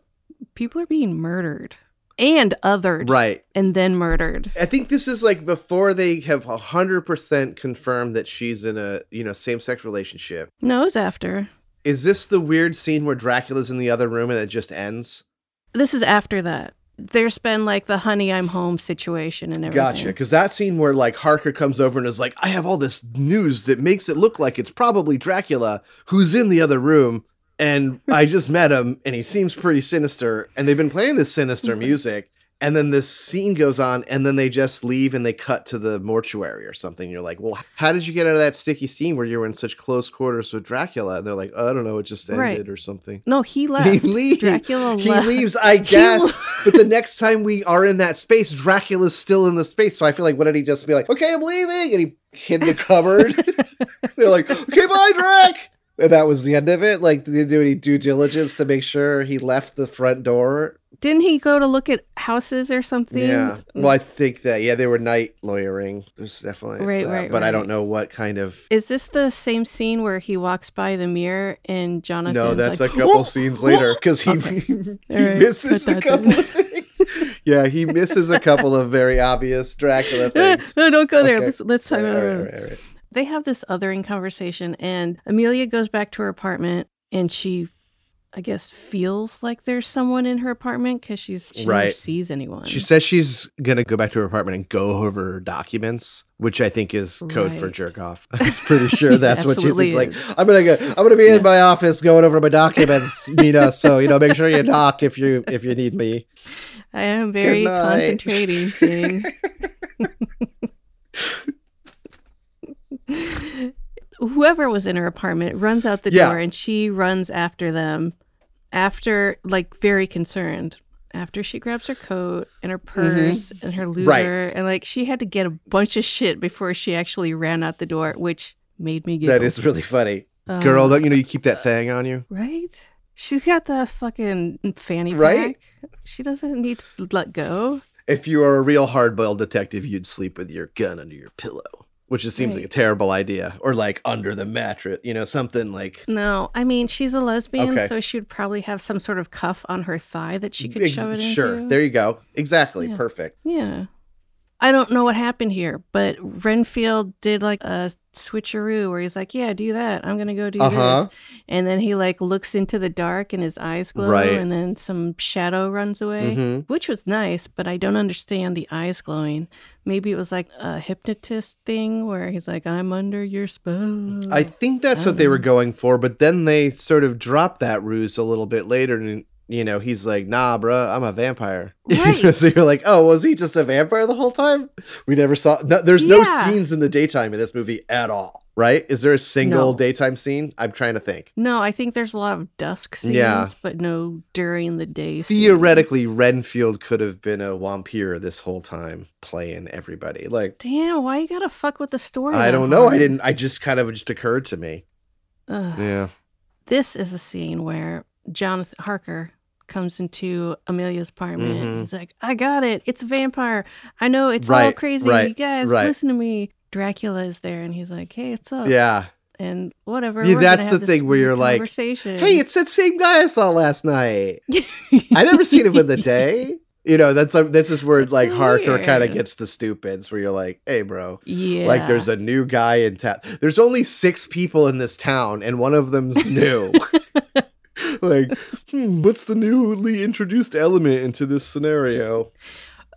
[SPEAKER 2] people are being murdered and othered
[SPEAKER 3] Right.
[SPEAKER 2] and then murdered.
[SPEAKER 3] I think this is like before they have 100% confirmed that she's in a, you know, same-sex relationship.
[SPEAKER 2] No, it was after.
[SPEAKER 3] Is this the weird scene where Dracula's in the other room and it just ends?
[SPEAKER 2] This is after that. There's been like the honey I'm home situation and everything.
[SPEAKER 3] Gotcha. Because that scene where like Harker comes over and is like, I have all this news that makes it look like it's probably Dracula who's in the other room. And I just met him and he seems pretty sinister. And they've been playing this sinister music. And then this scene goes on and then they just leave and they cut to the mortuary or something. You're like, well, how did you get out of that sticky scene where you were in such close quarters with Dracula? And they're like, oh, I don't know. It just ended
[SPEAKER 2] Right.
[SPEAKER 3] or something.
[SPEAKER 2] No, he left.
[SPEAKER 3] He leaves.
[SPEAKER 2] Dracula
[SPEAKER 3] he
[SPEAKER 2] left.
[SPEAKER 3] leaves, I
[SPEAKER 2] He
[SPEAKER 3] guess. but the next time we are in that space, Dracula's still in the space. So I feel like, what did he just be like, okay, I'm leaving? And he hid in the cupboard. They're like, okay, bye, Drac. And that was the end of it. Like, did they do any due diligence to make sure he left the front door?
[SPEAKER 2] Didn't he go to look at houses or something?
[SPEAKER 3] Yeah. Well, I think that, yeah, they were night lawyering. There's definitely.
[SPEAKER 2] Right,
[SPEAKER 3] that.
[SPEAKER 2] right,
[SPEAKER 3] But I
[SPEAKER 2] right.
[SPEAKER 3] don't know what kind of.
[SPEAKER 2] Is this the same scene where he walks by the mirror and Jonathan?
[SPEAKER 3] no, that's
[SPEAKER 2] like,
[SPEAKER 3] a couple
[SPEAKER 2] "Whoa!"
[SPEAKER 3] scenes later because he, he
[SPEAKER 2] All right,
[SPEAKER 3] misses
[SPEAKER 2] put
[SPEAKER 3] a
[SPEAKER 2] that down.
[SPEAKER 3] couple of things. Yeah, he misses a couple of very obvious Dracula
[SPEAKER 2] Eh,
[SPEAKER 3] things.
[SPEAKER 2] no, don't go there.
[SPEAKER 3] Okay.
[SPEAKER 2] Let's let's talk
[SPEAKER 3] All right,
[SPEAKER 2] about
[SPEAKER 3] all
[SPEAKER 2] it.
[SPEAKER 3] right, all right, all right.
[SPEAKER 2] They have this othering conversation, and Amelia goes back to her apartment, and she, I guess, feels like there's someone in her apartment because she's she never
[SPEAKER 3] Right.
[SPEAKER 2] sees anyone.
[SPEAKER 3] She says she's gonna go back to her apartment and go over her documents, which I think is code for
[SPEAKER 2] Right.
[SPEAKER 3] jerk off. I'm pretty sure that's what she's
[SPEAKER 2] absolutely
[SPEAKER 3] it's like.
[SPEAKER 2] is.
[SPEAKER 3] I'm gonna go, I'm gonna be in my office going over my documents, Mina. So you know, make sure you knock if you if you need me.
[SPEAKER 2] I am very
[SPEAKER 3] night.
[SPEAKER 2] concentrating. Thing. Whoever was in her apartment runs out the
[SPEAKER 3] Yeah.
[SPEAKER 2] door, and she runs after them. After, like, very concerned. After she grabs her coat and her purse and her looter,
[SPEAKER 3] Mm-hmm. Right.
[SPEAKER 2] and like she had to get a bunch of shit before she actually ran out the door, which made me giggle. Um,
[SPEAKER 3] That is really funny,
[SPEAKER 2] Uh,
[SPEAKER 3] girl. Don't you know you keep that thing on you?
[SPEAKER 2] Right? She's got the fucking fanny pack.
[SPEAKER 3] Right?
[SPEAKER 2] She doesn't need to let go.
[SPEAKER 3] If you are a real hardboiled detective, you'd sleep with your gun under your pillow, which just seems
[SPEAKER 2] Right.
[SPEAKER 3] like a terrible idea, or like under the mattress, you know, something like
[SPEAKER 2] No, I mean she's a lesbian,
[SPEAKER 3] Okay.
[SPEAKER 2] so she would probably have some sort of cuff on her thigh that she could
[SPEAKER 3] Ex-
[SPEAKER 2] shove it
[SPEAKER 3] sure.
[SPEAKER 2] into.
[SPEAKER 3] There you go. Exactly.
[SPEAKER 2] Yeah.
[SPEAKER 3] Perfect.
[SPEAKER 2] yeah. I don't know what happened here, but Renfield did like a switcheroo where he's like, "Yeah, do that. I'm gonna go do
[SPEAKER 3] Uh-huh.
[SPEAKER 2] this," and then he like looks into the dark and his eyes glow,
[SPEAKER 3] Right.
[SPEAKER 2] and then some shadow runs away,
[SPEAKER 3] Mhm.
[SPEAKER 2] which was nice. But I don't understand the eyes glowing. Maybe it was like a hypnotist thing where he's like, "I'm under your spell."
[SPEAKER 3] I think that's what
[SPEAKER 2] Um.
[SPEAKER 3] they were going for, but then they sort of dropped that ruse a little bit later and you know, he's like, nah, bruh, I'm a vampire. You know,
[SPEAKER 2] Right.
[SPEAKER 3] so you're like, oh, was he just a vampire the whole time? We never saw. No, there's no
[SPEAKER 2] Yeah.
[SPEAKER 3] scenes in the daytime in this movie at all, right? Is there a single
[SPEAKER 2] No.
[SPEAKER 3] daytime scene? I'm trying to think.
[SPEAKER 2] No, I think there's a lot of dusk scenes,
[SPEAKER 3] Yeah.
[SPEAKER 2] but no during the day. scenes.
[SPEAKER 3] Theoretically, Renfield could have been a vampire this whole time, playing everybody. Like,
[SPEAKER 2] Damn, why you gotta fuck with the story?
[SPEAKER 3] I
[SPEAKER 2] that
[SPEAKER 3] don't know. I
[SPEAKER 2] hard?
[SPEAKER 3] didn't. I just kind of it just occurred to me.
[SPEAKER 2] Ugh.
[SPEAKER 3] Yeah.
[SPEAKER 2] This is a scene where Jonathan Harker comes into Amelia's apartment.
[SPEAKER 3] Mhm.
[SPEAKER 2] He's like, "I got it. It's a vampire. I know it's all
[SPEAKER 3] Right,
[SPEAKER 2] crazy.
[SPEAKER 3] right,
[SPEAKER 2] you guys,
[SPEAKER 3] right.
[SPEAKER 2] listen to me." Dracula is there, and he's like, "Hey, what's up?"
[SPEAKER 3] Yeah.
[SPEAKER 2] and whatever.
[SPEAKER 3] Yeah,
[SPEAKER 2] we're gonna
[SPEAKER 3] that's
[SPEAKER 2] have
[SPEAKER 3] the
[SPEAKER 2] this
[SPEAKER 3] thing where
[SPEAKER 2] weird
[SPEAKER 3] you're like,
[SPEAKER 2] conversation.
[SPEAKER 3] Hey, it's that same guy I saw last night. I never seen him in the day. You know, that's a, this is where
[SPEAKER 2] That's
[SPEAKER 3] like Harker
[SPEAKER 2] weird.
[SPEAKER 3] kind of gets the stupids, where you're like, hey, bro,
[SPEAKER 2] Yeah.
[SPEAKER 3] like there's a new guy in town. There's only six people in this town, and one of them's new. like, hmm, what's the newly introduced element into this scenario?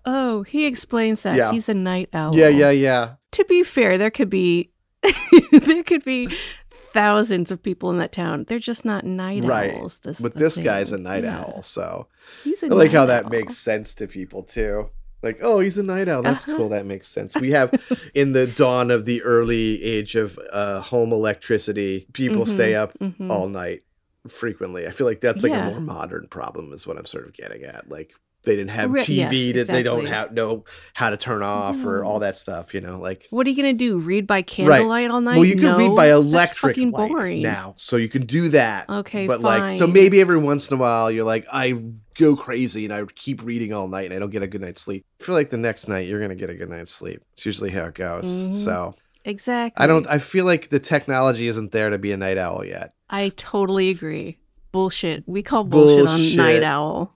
[SPEAKER 2] Oh, he explains that.
[SPEAKER 3] Yeah.
[SPEAKER 2] He's a night owl.
[SPEAKER 3] Yeah, yeah, yeah.
[SPEAKER 2] To be fair, there could be there could be thousands of people in that town. They're just not night
[SPEAKER 3] Right.
[SPEAKER 2] owls. This
[SPEAKER 3] But
[SPEAKER 2] the
[SPEAKER 3] this
[SPEAKER 2] thing.
[SPEAKER 3] guy's a night
[SPEAKER 2] Yeah.
[SPEAKER 3] owl, so.
[SPEAKER 2] He's a
[SPEAKER 3] I like
[SPEAKER 2] night
[SPEAKER 3] how that
[SPEAKER 2] owl.
[SPEAKER 3] makes sense to people too. Like, oh, he's a night owl. That's
[SPEAKER 2] Uh-huh.
[SPEAKER 3] cool. That makes sense. We have in the dawn of the early age of uh, home electricity, people stay up
[SPEAKER 2] Mhm.
[SPEAKER 3] all night frequently. I feel like that's like
[SPEAKER 2] Yeah.
[SPEAKER 3] a more modern problem is what I'm sort of getting at. Like they didn't have
[SPEAKER 2] Right,
[SPEAKER 3] TV,
[SPEAKER 2] yes,
[SPEAKER 3] that they don't
[SPEAKER 2] exactly.
[SPEAKER 3] have know how to turn off or
[SPEAKER 2] No.
[SPEAKER 3] all that stuff. You know, like
[SPEAKER 2] What are you gonna do? Read by candlelight all night?
[SPEAKER 3] well, you can read
[SPEAKER 2] No,
[SPEAKER 3] by
[SPEAKER 2] that's
[SPEAKER 3] electric
[SPEAKER 2] fucking
[SPEAKER 3] light
[SPEAKER 2] boring.
[SPEAKER 3] now, so you can do that.
[SPEAKER 2] Okay,
[SPEAKER 3] but like, so
[SPEAKER 2] fine.
[SPEAKER 3] maybe every once in a while, you're like, I go crazy and I keep reading all night and I don't get a good night's sleep. I feel like the next night you're gonna get a good night's sleep. It's usually how it goes.
[SPEAKER 2] Mhm.
[SPEAKER 3] So
[SPEAKER 2] Exactly.
[SPEAKER 3] I don't. I feel like the technology isn't there to be a night owl yet.
[SPEAKER 2] I totally agree. Bullshit. We call bullshit,
[SPEAKER 3] Bullshit.
[SPEAKER 2] on Night Owl.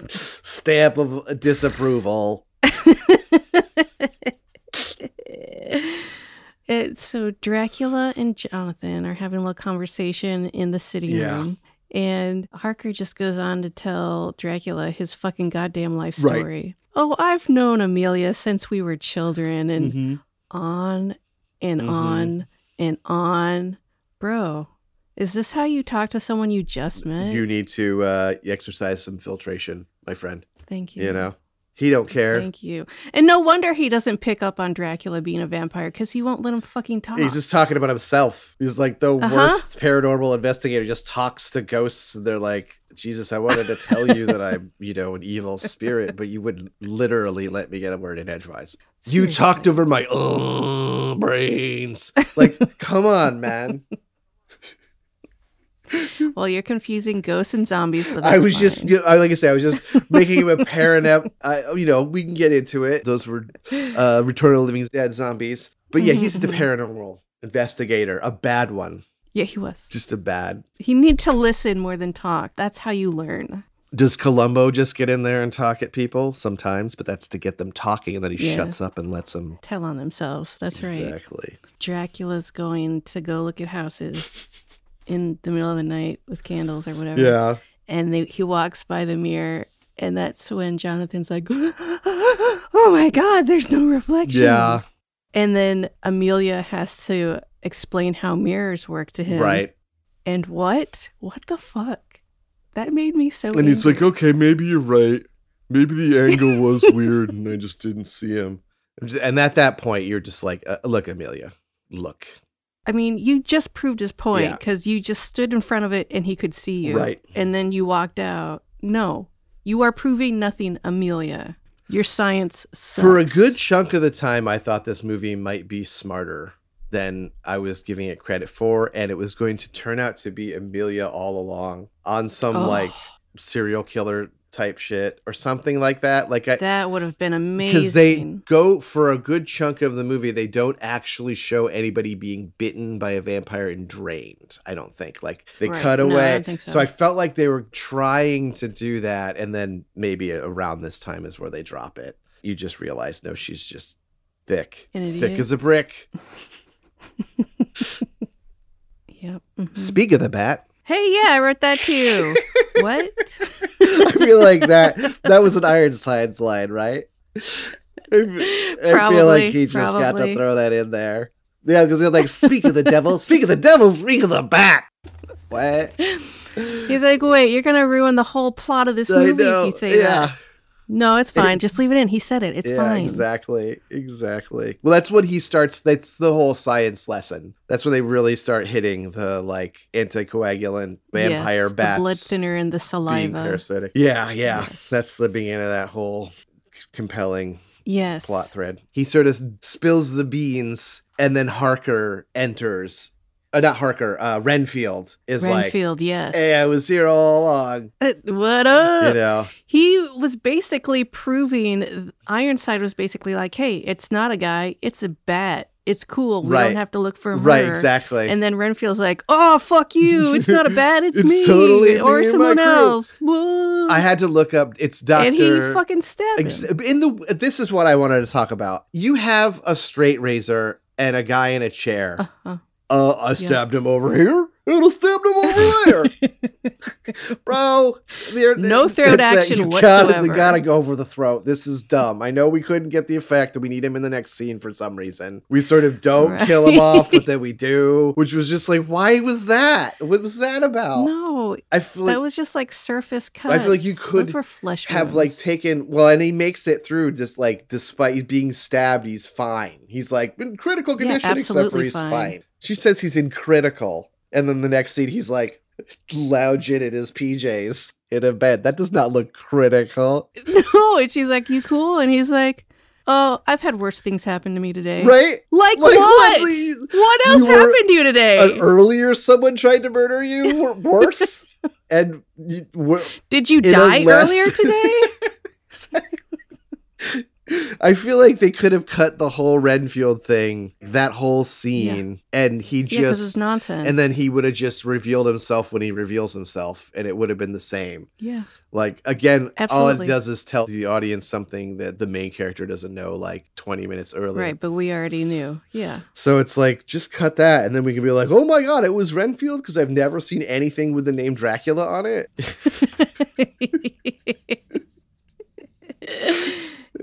[SPEAKER 3] Stamp of disapproval.
[SPEAKER 2] It, so Dracula and Jonathan are having a little conversation in the sitting
[SPEAKER 3] Yeah.
[SPEAKER 2] room, and Harker just goes on to tell Dracula his fucking goddamn life
[SPEAKER 3] Right.
[SPEAKER 2] story. Oh, I've known Amelia since we were children, and
[SPEAKER 3] Mhm.
[SPEAKER 2] on and
[SPEAKER 3] Mhm.
[SPEAKER 2] on and on. Bro, is this how you talk to someone you just met?
[SPEAKER 3] You need to uh, exercise some filtration, my friend.
[SPEAKER 2] Thank you.
[SPEAKER 3] You know, he don't care.
[SPEAKER 2] Thank you. And no wonder he doesn't pick up on Dracula being a vampire because he won't let him fucking talk.
[SPEAKER 3] He's just talking about himself. He's like the
[SPEAKER 2] Uh-huh.
[SPEAKER 3] worst paranormal investigator. Just talks to ghosts, and they're like, "Jesus, I wanted to tell you that I'm, you know, an evil spirit, but you would literally let me get a word in edgewise. You talked
[SPEAKER 2] Seriously.
[SPEAKER 3] over my uh, brains. Like, come on, man.
[SPEAKER 2] Well, you're confusing ghosts and zombies. But
[SPEAKER 3] I
[SPEAKER 2] that's
[SPEAKER 3] was just,
[SPEAKER 2] fine.
[SPEAKER 3] you know, I- like I said, I was just making him a paranoid. I, you know, we can get into it. Those were uh, Return of the Living Dead zombies, but yeah, he's the
[SPEAKER 2] Mhm.
[SPEAKER 3] paranormal investigator, a bad one,
[SPEAKER 2] yeah, he was.
[SPEAKER 3] just a bad.
[SPEAKER 2] He need to listen more than talk. That's how you learn.
[SPEAKER 3] Does Columbo just get in there and talk at people sometimes? But that's to get them talking, and then he
[SPEAKER 2] Yeah.
[SPEAKER 3] shuts up and lets them.
[SPEAKER 2] Tell on themselves. That's right.
[SPEAKER 3] Exactly.
[SPEAKER 2] Dracula's going to go look at houses in the middle of the night with candles or whatever.
[SPEAKER 3] Yeah.
[SPEAKER 2] and they, he walks by the mirror and that's when jonathan's like oh my god there's no reflection
[SPEAKER 3] Yeah.
[SPEAKER 2] and then amelia has to explain how mirrors work to him
[SPEAKER 3] Right.
[SPEAKER 2] and what what the fuck that made me so
[SPEAKER 3] And he's like,
[SPEAKER 2] angry.
[SPEAKER 3] okay, maybe you're right. Maybe the angle was weird and I just didn't see him. And at that point, you're just like, uh, look, Amelia, look.
[SPEAKER 2] i mean you just proved his
[SPEAKER 3] Yeah.
[SPEAKER 2] point because you just stood in front of it and he could see you
[SPEAKER 3] Right.
[SPEAKER 2] and then you walked out no you are proving nothing amelia your science sucks.
[SPEAKER 3] For a good chunk of the time, I thought this movie might be smarter than I was giving it credit for. And it was going to turn out to be Amelia all along on some
[SPEAKER 2] Oh.
[SPEAKER 3] like serial killer type shit or something like that. Like, I,
[SPEAKER 2] that would have been amazing
[SPEAKER 3] because they go for a good chunk of the movie they don't actually show anybody being bitten by a vampire and drained i don't think like they
[SPEAKER 2] Right.
[SPEAKER 3] cut
[SPEAKER 2] No, I
[SPEAKER 3] away
[SPEAKER 2] don't think
[SPEAKER 3] so.
[SPEAKER 2] so.
[SPEAKER 3] i felt like they were trying to do that and then maybe around this time is where they drop it you just realize no she's just thick
[SPEAKER 2] An
[SPEAKER 3] thick
[SPEAKER 2] idiot.
[SPEAKER 3] as a brick
[SPEAKER 2] Yep. mhm.
[SPEAKER 3] speak of the bat
[SPEAKER 2] Hey, yeah, I wrote that too. what?
[SPEAKER 3] i feel like that that was an ironsides line right I- I feel like he just got to
[SPEAKER 2] probably.
[SPEAKER 3] throw that in there. Yeah, because they're like, speak of the devil, speak of the devil, speak of the bat. What?
[SPEAKER 2] He's like, wait, you're gonna ruin the whole plot of this movie if you say that. No, it's fine. Just leave it in. He said it. It's
[SPEAKER 3] yeah,
[SPEAKER 2] fine.
[SPEAKER 3] exactly, exactly. Well, that's what he starts. That's the whole science lesson. That's when they really start hitting the like anticoagulant
[SPEAKER 2] Yes,
[SPEAKER 3] vampire
[SPEAKER 2] the
[SPEAKER 3] bats.
[SPEAKER 2] blood thinner, and the
[SPEAKER 3] being
[SPEAKER 2] saliva.
[SPEAKER 3] parasitic. Yeah, yeah.
[SPEAKER 2] Yes.
[SPEAKER 3] That's the beginning of that whole c- compelling
[SPEAKER 2] Yes.
[SPEAKER 3] plot thread. He sort of spills the beans, and then Harker enters. Uh, not Harker, uh, Renfield is
[SPEAKER 2] Renfield. yes.
[SPEAKER 3] like, hey, I was here all along.
[SPEAKER 2] Uh, what up?
[SPEAKER 3] You know,
[SPEAKER 2] He was basically proving Ironside was basically like, hey, it's not a guy, it's a bat. It's cool. We
[SPEAKER 3] Right.
[SPEAKER 2] don't have to look for a
[SPEAKER 3] right,
[SPEAKER 2] murderer."
[SPEAKER 3] exactly.
[SPEAKER 2] And then Renfield's like, "Oh fuck you! It's not a bat, it's,
[SPEAKER 3] It's
[SPEAKER 2] me
[SPEAKER 3] totally
[SPEAKER 2] or
[SPEAKER 3] me and my
[SPEAKER 2] someone
[SPEAKER 3] crew."
[SPEAKER 2] else."
[SPEAKER 3] I had to look up. It's Doctor.
[SPEAKER 2] and he fucking stabbed
[SPEAKER 3] Ex-
[SPEAKER 2] him.
[SPEAKER 3] in the this is what I wanted to talk about. You have a straight razor and a guy in a chair. Uh,
[SPEAKER 2] Uh-huh.
[SPEAKER 3] I
[SPEAKER 2] Yeah.
[SPEAKER 3] stabbed him over here. And I stabbed him over there, bro. there-
[SPEAKER 2] No throat
[SPEAKER 3] that's it.
[SPEAKER 2] action
[SPEAKER 3] you Gotta,
[SPEAKER 2] whatsoever.
[SPEAKER 3] you gotta go over the throat. This is dumb. I know we couldn't get the effect. and We need him in the next scene for some reason. We sort of don't
[SPEAKER 2] Right.
[SPEAKER 3] kill him off, but then we do, which was just like, why was that? What was that about?
[SPEAKER 2] No,
[SPEAKER 3] I feel like
[SPEAKER 2] that was just like surface cuts.
[SPEAKER 3] I feel like you
[SPEAKER 2] Those
[SPEAKER 3] could
[SPEAKER 2] were flesh wounds.
[SPEAKER 3] have like taken well and he makes it through just like despite being stabbed he's fine he's like in critical
[SPEAKER 2] Yeah,
[SPEAKER 3] condition except for
[SPEAKER 2] absolutely
[SPEAKER 3] he's fine.
[SPEAKER 2] fine.
[SPEAKER 3] she says he's in critical and then the next scene he's like lounging in his pjs in a bed that does not look critical
[SPEAKER 2] no, and she's like, "You cool?" And he's like, "Oh, I've had worse things happen to me today."
[SPEAKER 3] right
[SPEAKER 2] Like,
[SPEAKER 3] Like,
[SPEAKER 2] what?
[SPEAKER 3] what the-
[SPEAKER 2] What else
[SPEAKER 3] you were-
[SPEAKER 2] happened to you
[SPEAKER 3] Uh,
[SPEAKER 2] today?
[SPEAKER 3] earlier someone tried to murder you or worse and you, were-
[SPEAKER 2] Did you
[SPEAKER 3] in a
[SPEAKER 2] die
[SPEAKER 3] less-
[SPEAKER 2] earlier today?
[SPEAKER 3] I feel like they could have cut the whole Renfield thing, that whole scene, and he
[SPEAKER 2] yeah, because it's
[SPEAKER 3] just
[SPEAKER 2] nonsense.
[SPEAKER 3] and then he would have just revealed himself when he reveals himself and it would have been the same
[SPEAKER 2] yeah,
[SPEAKER 3] like again all it
[SPEAKER 2] Absolutely.
[SPEAKER 3] does is tell the audience something that the main character doesn't know like 20 minutes earlier
[SPEAKER 2] right. But we already knew. Yeah,
[SPEAKER 3] so it's like just cut that and then we can be like oh my god it was renfield because i've never seen anything with the name dracula on it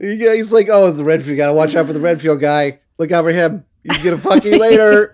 [SPEAKER 3] You guys- he's like oh the renfield gotta watch out for the renfield guy look out for him he's gonna fuck you later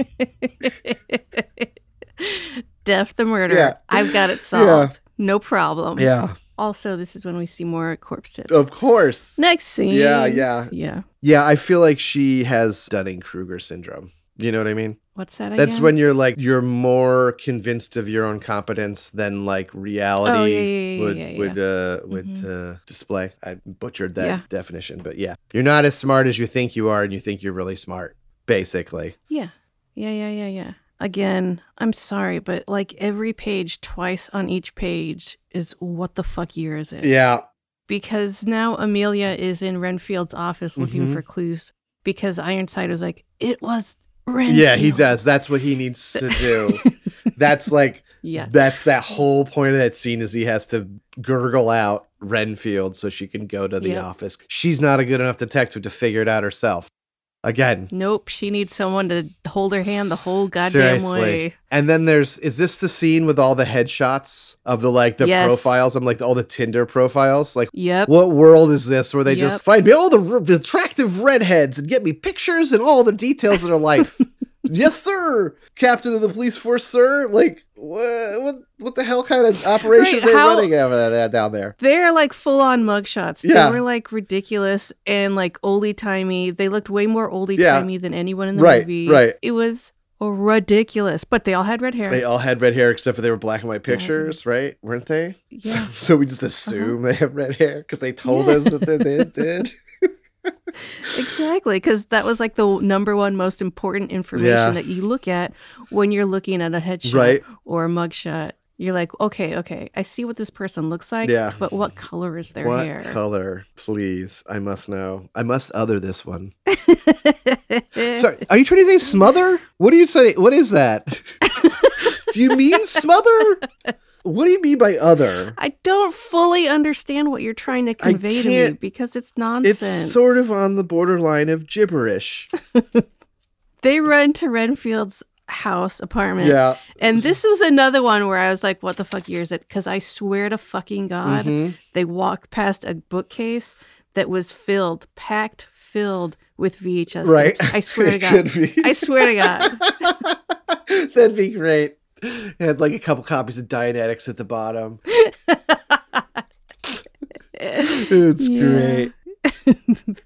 [SPEAKER 2] Death the murderer.
[SPEAKER 3] Yeah.
[SPEAKER 2] I've got it
[SPEAKER 3] Yeah.
[SPEAKER 2] solved. No problem.
[SPEAKER 3] yeah
[SPEAKER 2] Also, this is when we see more corpse tips.
[SPEAKER 3] of course
[SPEAKER 2] Next scene.
[SPEAKER 3] yeah yeah
[SPEAKER 2] Yeah.
[SPEAKER 3] yeah i feel like she has dunning-kruger syndrome you know what i mean
[SPEAKER 2] What's that
[SPEAKER 3] That's
[SPEAKER 2] again?
[SPEAKER 3] when you're like you're more convinced of your own competence than like reality
[SPEAKER 2] Oh, yeah, yeah, yeah,
[SPEAKER 3] would
[SPEAKER 2] yeah, yeah.
[SPEAKER 3] would uh would uh display. I butchered that
[SPEAKER 2] Yeah.
[SPEAKER 3] definition, but yeah. You're not as smart as you think you are and you think you're really smart, basically.
[SPEAKER 2] Yeah. Yeah, yeah, yeah, yeah. Again, I'm sorry, but like every page, twice on each page, is what the fuck year is it?
[SPEAKER 3] Yeah.
[SPEAKER 2] Because now Amelia is in Renfield's office looking
[SPEAKER 3] Mhm.
[SPEAKER 2] for clues because Ironside was like, it was Renfield.
[SPEAKER 3] Yeah, he does. That's what he needs to do. that's like
[SPEAKER 2] Yeah.
[SPEAKER 3] that's that whole point of that scene is he has to gurgle out Renfield so she can go to the
[SPEAKER 2] Yeah.
[SPEAKER 3] office. She's not a good enough detective to figure it out herself. Again,
[SPEAKER 2] Nope. She needs someone to hold her hand the whole goddamn
[SPEAKER 3] Seriously.
[SPEAKER 2] way.
[SPEAKER 3] And then there's is this the scene with all the headshots of the like the
[SPEAKER 2] Yes.
[SPEAKER 3] profiles? I'm like all the Tinder profiles. Like
[SPEAKER 2] Yep.
[SPEAKER 3] what world is this where they just
[SPEAKER 2] Yep.
[SPEAKER 3] find me all the r- attractive redheads and get me pictures and all the details of their life? yes, sir, Captain of the Police Force, sir. Like wha- what? What the hell kind of operation
[SPEAKER 2] Right,
[SPEAKER 3] are they
[SPEAKER 2] how-
[SPEAKER 3] running over that, that down there?
[SPEAKER 2] They're like full on mugshots.
[SPEAKER 3] Yeah.
[SPEAKER 2] They were like ridiculous and like oldie timey. They looked way more oldie timey than anyone in the
[SPEAKER 3] Right,
[SPEAKER 2] movie.
[SPEAKER 3] right.
[SPEAKER 2] It was ridiculous. But they all had red hair.
[SPEAKER 3] They all had red hair except for they were black and white pictures, right? Weren't they? So-
[SPEAKER 2] yeah. Uh-huh.
[SPEAKER 3] So, we just assume they have red hair because they told us that they they did.
[SPEAKER 2] exactly. Because that was like the number one most important information
[SPEAKER 3] Yeah.
[SPEAKER 2] that you look at when you're looking at a headshot
[SPEAKER 3] Right.
[SPEAKER 2] or a mugshot. You're like, okay, okay, I see what this person looks like,
[SPEAKER 3] Yeah.
[SPEAKER 2] but what color is their
[SPEAKER 3] what
[SPEAKER 2] hair?
[SPEAKER 3] color, please? I must know. I must other this one. Sorry, are you trying to say smother? What are you saying? What is that? do you mean smother? What do you mean by other?
[SPEAKER 2] I don't fully understand what you're trying to convey to me
[SPEAKER 3] can't-
[SPEAKER 2] because it's nonsense.
[SPEAKER 3] It's sort of on the borderline of gibberish.
[SPEAKER 2] They run to Renfield's house apartment.
[SPEAKER 3] yeah.
[SPEAKER 2] And this was another one where I was like, what the fuck year is it? Because I swear to fucking God,
[SPEAKER 3] Mhm.
[SPEAKER 2] they walked past a bookcase that was filled, packed, filled with VHS.
[SPEAKER 3] Right.
[SPEAKER 2] tapes. I swear to
[SPEAKER 3] It
[SPEAKER 2] God.
[SPEAKER 3] could be.
[SPEAKER 2] I swear to God.
[SPEAKER 3] That'd be great. It had like a couple copies of Dianetics at the bottom. It's
[SPEAKER 2] Yeah.
[SPEAKER 3] great.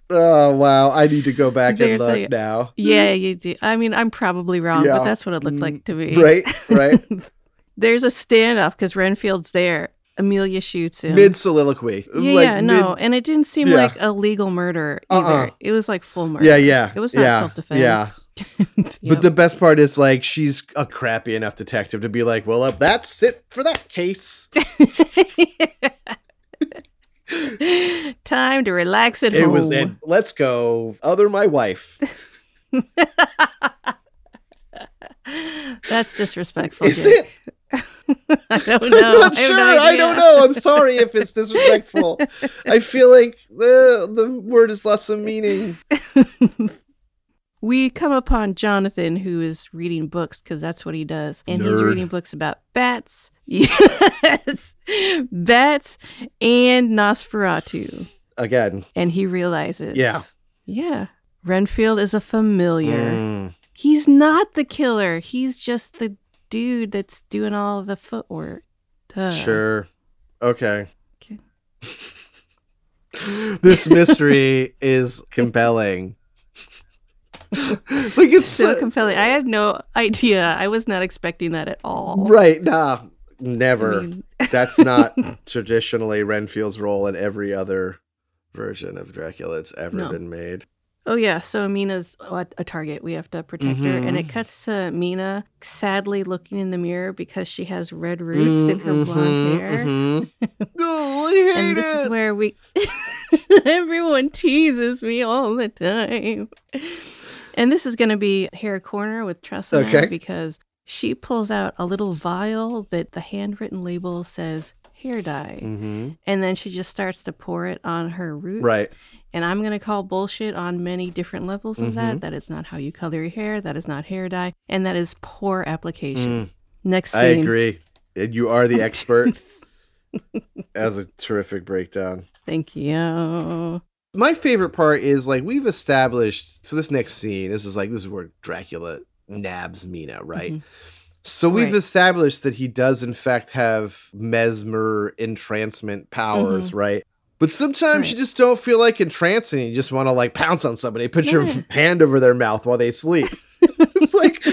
[SPEAKER 3] Oh wow! I need to go back
[SPEAKER 2] There's
[SPEAKER 3] and
[SPEAKER 2] a-
[SPEAKER 3] look now.
[SPEAKER 2] Yeah, you do. I mean, I'm probably wrong,
[SPEAKER 3] Yeah. Mm,
[SPEAKER 2] but that's what it looked like to me.
[SPEAKER 3] Right, right.
[SPEAKER 2] There's a standoff because Renfield's there. Amelia shoots him.
[SPEAKER 3] mid soliloquy.
[SPEAKER 2] Yeah, yeah, no, and it didn't seem
[SPEAKER 3] Yeah.
[SPEAKER 2] like a legal murder either.
[SPEAKER 3] Uh-uh.
[SPEAKER 2] It was like full murder.
[SPEAKER 3] yeah, yeah.
[SPEAKER 2] it was not
[SPEAKER 3] yeah,
[SPEAKER 2] self-defense.
[SPEAKER 3] Yeah. But the best part is like she's a crappy enough detective to be like, well, uh, that's it for that case.
[SPEAKER 2] the time to relax at
[SPEAKER 3] It
[SPEAKER 2] home.
[SPEAKER 3] was it. Let's go. Other my wife.
[SPEAKER 2] That's disrespectful.
[SPEAKER 3] Is
[SPEAKER 2] Jake.
[SPEAKER 3] it?
[SPEAKER 2] I don't know.
[SPEAKER 3] I'm sure. I don't know. I'm sorry if it's disrespectful. I feel like the the word is less than meaning.
[SPEAKER 2] know. we come upon Jonathan, who is reading books because that's what he does, and he's
[SPEAKER 3] Nerd.
[SPEAKER 2] reading books about bats. Yes, bats and Nosferatu,
[SPEAKER 3] Again.
[SPEAKER 2] and he realizes.
[SPEAKER 3] Yeah.
[SPEAKER 2] yeah. Renfield is a familiar.
[SPEAKER 3] Mm.
[SPEAKER 2] He's not the killer. He's just the dude that's doing all the footwork. Duh.
[SPEAKER 3] Sure. Okay.
[SPEAKER 2] Okay.
[SPEAKER 3] this mystery is compelling. like it's
[SPEAKER 2] So
[SPEAKER 3] so-
[SPEAKER 2] compelling. I had no idea. I was not expecting that at all.
[SPEAKER 3] right. Nah,
[SPEAKER 2] I
[SPEAKER 3] never.
[SPEAKER 2] mean,
[SPEAKER 3] That's not traditionally Renfield's role in every other version of Dracula that's ever
[SPEAKER 2] No.
[SPEAKER 3] been made.
[SPEAKER 2] oh yeah. So Mina's a a target. We have to protect her. And
[SPEAKER 3] Mhm.
[SPEAKER 2] it cuts to Mina sadly looking in the mirror because she has red roots in her blonde
[SPEAKER 3] Mhm,
[SPEAKER 2] hair.
[SPEAKER 3] mhm. oh, I hate
[SPEAKER 2] And this
[SPEAKER 3] it.
[SPEAKER 2] is where we everyone teases me all the time. And this is going to be hair corner with Tressa now
[SPEAKER 3] Okay.
[SPEAKER 2] because she pulls out a little vial that the handwritten label says hair dye,
[SPEAKER 3] Mhm.
[SPEAKER 2] and then she just starts to pour it on her roots.
[SPEAKER 3] Right.
[SPEAKER 2] And I'm going to call bullshit on many different levels of
[SPEAKER 3] Mm-hmm.
[SPEAKER 2] that. That is not how you color your hair. That is not hair dye, and that is poor application.
[SPEAKER 3] Mm,
[SPEAKER 2] Next scene.
[SPEAKER 3] I agree. And you are the expert. that was a terrific breakdown.
[SPEAKER 2] Thank you.
[SPEAKER 3] my favorite part is like we've established so this next scene this is like this is where dracula nabs mina right
[SPEAKER 2] Mhm.
[SPEAKER 3] so we've
[SPEAKER 2] Right.
[SPEAKER 3] established that he does in fact have mesmer entrancement powers right but sometimes you
[SPEAKER 2] Mm-hmm. Right.
[SPEAKER 3] just don't feel like entrancing you just want to like pounce on somebody put your
[SPEAKER 2] Yeah.
[SPEAKER 3] hand over their mouth while they sleep it's like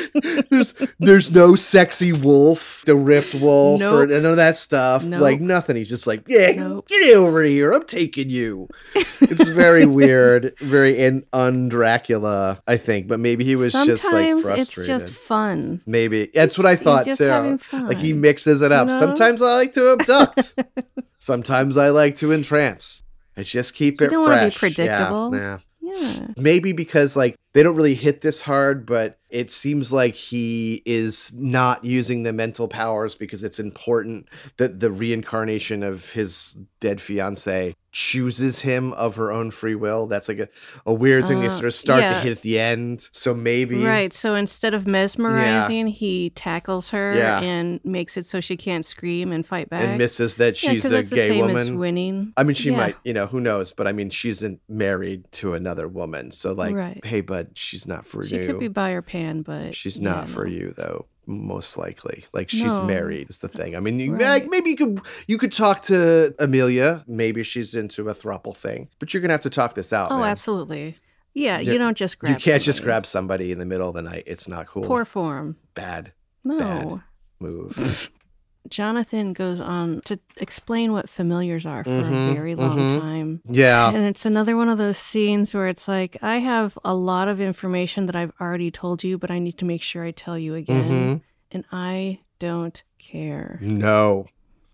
[SPEAKER 3] there's there's no sexy wolf the ripped wolf or
[SPEAKER 2] Nope.
[SPEAKER 3] none of that stuff
[SPEAKER 2] Nope.
[SPEAKER 3] like nothing he's just like yeah
[SPEAKER 2] Nope.
[SPEAKER 3] get over here i'm taking you it's very weird, very in un Dracula, I think. But maybe he was
[SPEAKER 2] Sometimes
[SPEAKER 3] just like
[SPEAKER 2] it's
[SPEAKER 3] frustrated.
[SPEAKER 2] just fun.
[SPEAKER 3] maybe that's what
[SPEAKER 2] He's
[SPEAKER 3] I
[SPEAKER 2] just-
[SPEAKER 3] thought
[SPEAKER 2] he's just
[SPEAKER 3] too.
[SPEAKER 2] having fun.
[SPEAKER 3] Like he mixes it up.
[SPEAKER 2] know?
[SPEAKER 3] Sometimes I like to abduct. Sometimes I like to entrance. I just keep
[SPEAKER 2] You
[SPEAKER 3] it
[SPEAKER 2] don't wanna be
[SPEAKER 3] fresh.
[SPEAKER 2] predictable.
[SPEAKER 3] Yeah, yeah.
[SPEAKER 2] yeah.
[SPEAKER 3] Maybe because like they don't really hit this hard, but it seems like he is not using the mental powers because it's important that the reincarnation of his dead fiance chooses him of her own free will. That's like a, a weird thing they
[SPEAKER 2] Uh,
[SPEAKER 3] sort of start to
[SPEAKER 2] yeah.
[SPEAKER 3] hit at the end. So maybe
[SPEAKER 2] Right. So instead of mesmerizing, he tackles her
[SPEAKER 3] Yeah.
[SPEAKER 2] and makes it so she can't scream and fight back.
[SPEAKER 3] and misses that
[SPEAKER 2] Yeah,
[SPEAKER 3] she's
[SPEAKER 2] 'cause
[SPEAKER 3] a
[SPEAKER 2] that's the
[SPEAKER 3] gay
[SPEAKER 2] same As
[SPEAKER 3] woman.
[SPEAKER 2] winning.
[SPEAKER 3] I mean, she
[SPEAKER 2] Yeah.
[SPEAKER 3] might, you know, who knows? But I mean, she's in- married to another woman. So, like,
[SPEAKER 2] Right.
[SPEAKER 3] hey, bud, she's not for
[SPEAKER 2] She
[SPEAKER 3] you.
[SPEAKER 2] could be bi or pan, but
[SPEAKER 3] She's not
[SPEAKER 2] yeah,
[SPEAKER 3] for
[SPEAKER 2] no.
[SPEAKER 3] you though, most likely. Like she's
[SPEAKER 2] No.
[SPEAKER 3] married is the thing. I mean, you,
[SPEAKER 2] Right.
[SPEAKER 3] like, maybe you could you could talk to Amelia. Maybe she's into a throuple thing, but you're gonna have to talk this out.
[SPEAKER 2] Oh,
[SPEAKER 3] man.
[SPEAKER 2] absolutely. Yeah,
[SPEAKER 3] Yeah.
[SPEAKER 2] you don't just grab.
[SPEAKER 3] You can't just
[SPEAKER 2] somebody.
[SPEAKER 3] grab somebody in the middle of the night. It's not cool.
[SPEAKER 2] Poor form.
[SPEAKER 3] Bad
[SPEAKER 2] No.
[SPEAKER 3] Bad. move.
[SPEAKER 2] Jonathan goes on to explain what familiars are for
[SPEAKER 3] Mhm,
[SPEAKER 2] a very long
[SPEAKER 3] mhm.
[SPEAKER 2] time.
[SPEAKER 3] yeah.
[SPEAKER 2] And it's another one of those scenes where it's like, I have a lot of information that I've already told you, but I need to make sure I tell you again.
[SPEAKER 3] Mm-hmm.
[SPEAKER 2] And I don't care.
[SPEAKER 3] Mhm. No.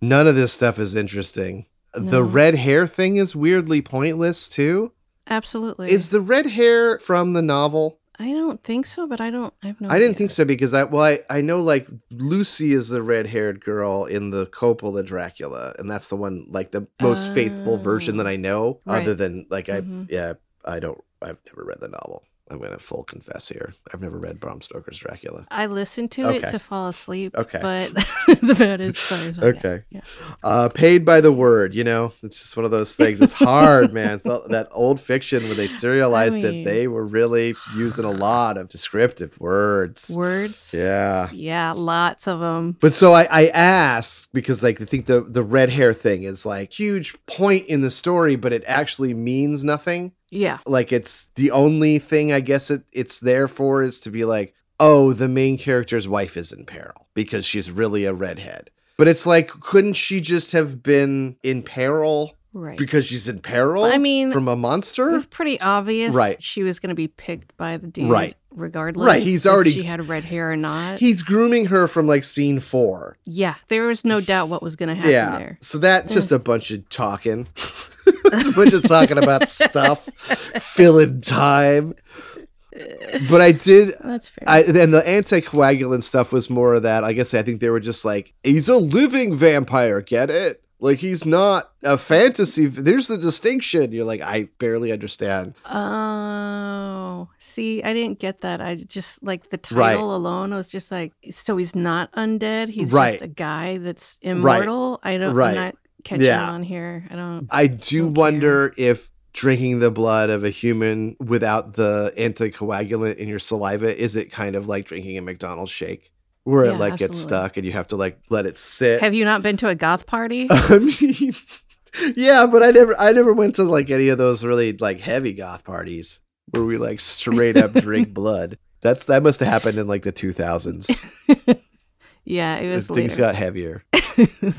[SPEAKER 3] None of this stuff is interesting. The
[SPEAKER 2] No.
[SPEAKER 3] red hair thing is weirdly pointless too.
[SPEAKER 2] Absolutely.
[SPEAKER 3] Is the red hair from the novel?
[SPEAKER 2] I don't think so, but I don't. I have no.
[SPEAKER 3] I didn't think
[SPEAKER 2] idea.
[SPEAKER 3] so because I well I, I know like Lucy is the red haired girl in the Coppola Dracula, and that's the one like the most faithful version that I know.
[SPEAKER 2] Right.
[SPEAKER 3] Other than like I
[SPEAKER 2] Mhm.
[SPEAKER 3] yeah I don't I've never read the novel. I'm gonna full confess here. I've never read Bram Stoker's Dracula.
[SPEAKER 2] I listened to it
[SPEAKER 3] Okay.
[SPEAKER 2] to fall asleep.
[SPEAKER 3] Okay.
[SPEAKER 2] But it's about as far as I got.
[SPEAKER 3] Okay.
[SPEAKER 2] Yeah.
[SPEAKER 3] Uh, paid by the word, you know, it's just one of those things. It's hard, man. It's all, that old fiction when they serialized it,
[SPEAKER 2] mean-
[SPEAKER 3] they were really using a lot of descriptive words.
[SPEAKER 2] Words. Yeah.
[SPEAKER 3] Yeah.
[SPEAKER 2] lots of them.
[SPEAKER 3] But so I, I ask because like I think the the red hair thing is like huge point in the story, but it actually means nothing.
[SPEAKER 2] Yeah.
[SPEAKER 3] Like it's the only thing I guess it it's there for is to be like, oh, the main character's wife is in peril because she's really a redhead. But it's like, couldn't she just have been in peril
[SPEAKER 2] Right.
[SPEAKER 3] because she's in peril?
[SPEAKER 2] I mean,
[SPEAKER 3] from a
[SPEAKER 2] it
[SPEAKER 3] monster.
[SPEAKER 2] was pretty obvious.
[SPEAKER 3] Right.
[SPEAKER 2] She was going to be picked by the dude.
[SPEAKER 3] Right.
[SPEAKER 2] Regardless.
[SPEAKER 3] Right, he's
[SPEAKER 2] if
[SPEAKER 3] already-
[SPEAKER 2] She had red hair or not.
[SPEAKER 3] He's grooming her from like scene four.
[SPEAKER 2] yeah. There was no doubt what was going to happen there.
[SPEAKER 3] So that's just a bunch of talking. it's a bunch of talking about stuff, filling time. but I did.
[SPEAKER 2] That's fair.
[SPEAKER 3] I and the anticoagulant stuff was more of that. I guess I think they were just like he's a living vampire. Get it? Like he's not a fantasy. There's the distinction. You're like I barely understand.
[SPEAKER 2] oh, see, I didn't get that. I just like the title
[SPEAKER 3] Right.
[SPEAKER 2] alone. I was just like, so he's not undead. He's
[SPEAKER 3] Right.
[SPEAKER 2] just a guy that's immortal. I don't.
[SPEAKER 3] Right.
[SPEAKER 2] I'm not catching
[SPEAKER 3] Yeah.
[SPEAKER 2] on here. I don't.
[SPEAKER 3] I do
[SPEAKER 2] Don't care.
[SPEAKER 3] wonder if drinking the blood of a human without the anticoagulant in your saliva is it kind of like drinking a McDonald's shake where
[SPEAKER 2] Yeah,
[SPEAKER 3] it like gets
[SPEAKER 2] absolutely.
[SPEAKER 3] stuck and you have to like let it sit.
[SPEAKER 2] Have you not been to a goth party?
[SPEAKER 3] I mean, yeah, but I never, I never went to like any of those really like heavy goth parties where we like straight up drink blood. That's that must have happened in like the 2000s.
[SPEAKER 2] yeah, it
[SPEAKER 3] As
[SPEAKER 2] was
[SPEAKER 3] things
[SPEAKER 2] later.
[SPEAKER 3] got heavier.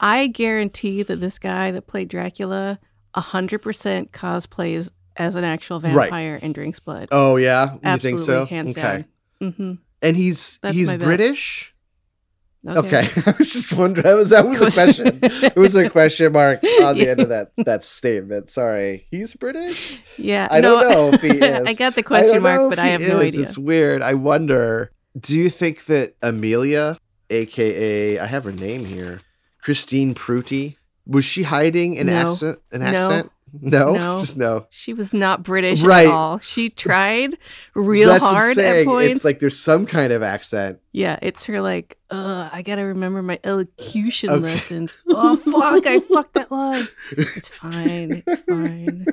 [SPEAKER 2] I guarantee that this guy that played Dracula 100% cosplays as an actual
[SPEAKER 3] Right.
[SPEAKER 2] vampire and drinks blood.
[SPEAKER 3] Oh yeah, you
[SPEAKER 2] Absolutely,
[SPEAKER 3] think so?
[SPEAKER 2] hands
[SPEAKER 3] okay,
[SPEAKER 2] down. Mm-hmm.
[SPEAKER 3] and he's
[SPEAKER 2] That's
[SPEAKER 3] he's
[SPEAKER 2] my bet.
[SPEAKER 3] British.
[SPEAKER 2] Okay.
[SPEAKER 3] Okay. I was just wondering. That was, that was a question. It was a question mark on the end of that that statement. Sorry, he's British.
[SPEAKER 2] Yeah.
[SPEAKER 3] I
[SPEAKER 2] no,
[SPEAKER 3] don't know if he is.
[SPEAKER 2] I got the
[SPEAKER 3] I
[SPEAKER 2] question
[SPEAKER 3] don't know
[SPEAKER 2] mark, but
[SPEAKER 3] if
[SPEAKER 2] I
[SPEAKER 3] he
[SPEAKER 2] have no
[SPEAKER 3] is.
[SPEAKER 2] idea.
[SPEAKER 3] It's weird. I wonder. Do you think that Amelia, aka I have her name here, Christine Pruty, was she hiding an
[SPEAKER 2] No.
[SPEAKER 3] accent? An
[SPEAKER 2] No.
[SPEAKER 3] accent? No,
[SPEAKER 2] No.
[SPEAKER 3] just no.
[SPEAKER 2] She was not British
[SPEAKER 3] Right.
[SPEAKER 2] at all. She tried real
[SPEAKER 3] That's what I'm
[SPEAKER 2] hard at
[SPEAKER 3] saying.
[SPEAKER 2] points.
[SPEAKER 3] It's like there's some kind of accent.
[SPEAKER 2] yeah, it's her like, uh, I gotta remember my elocution
[SPEAKER 3] Okay.
[SPEAKER 2] lessons. Oh fuck, I fucked that line. It's fine. It's fine.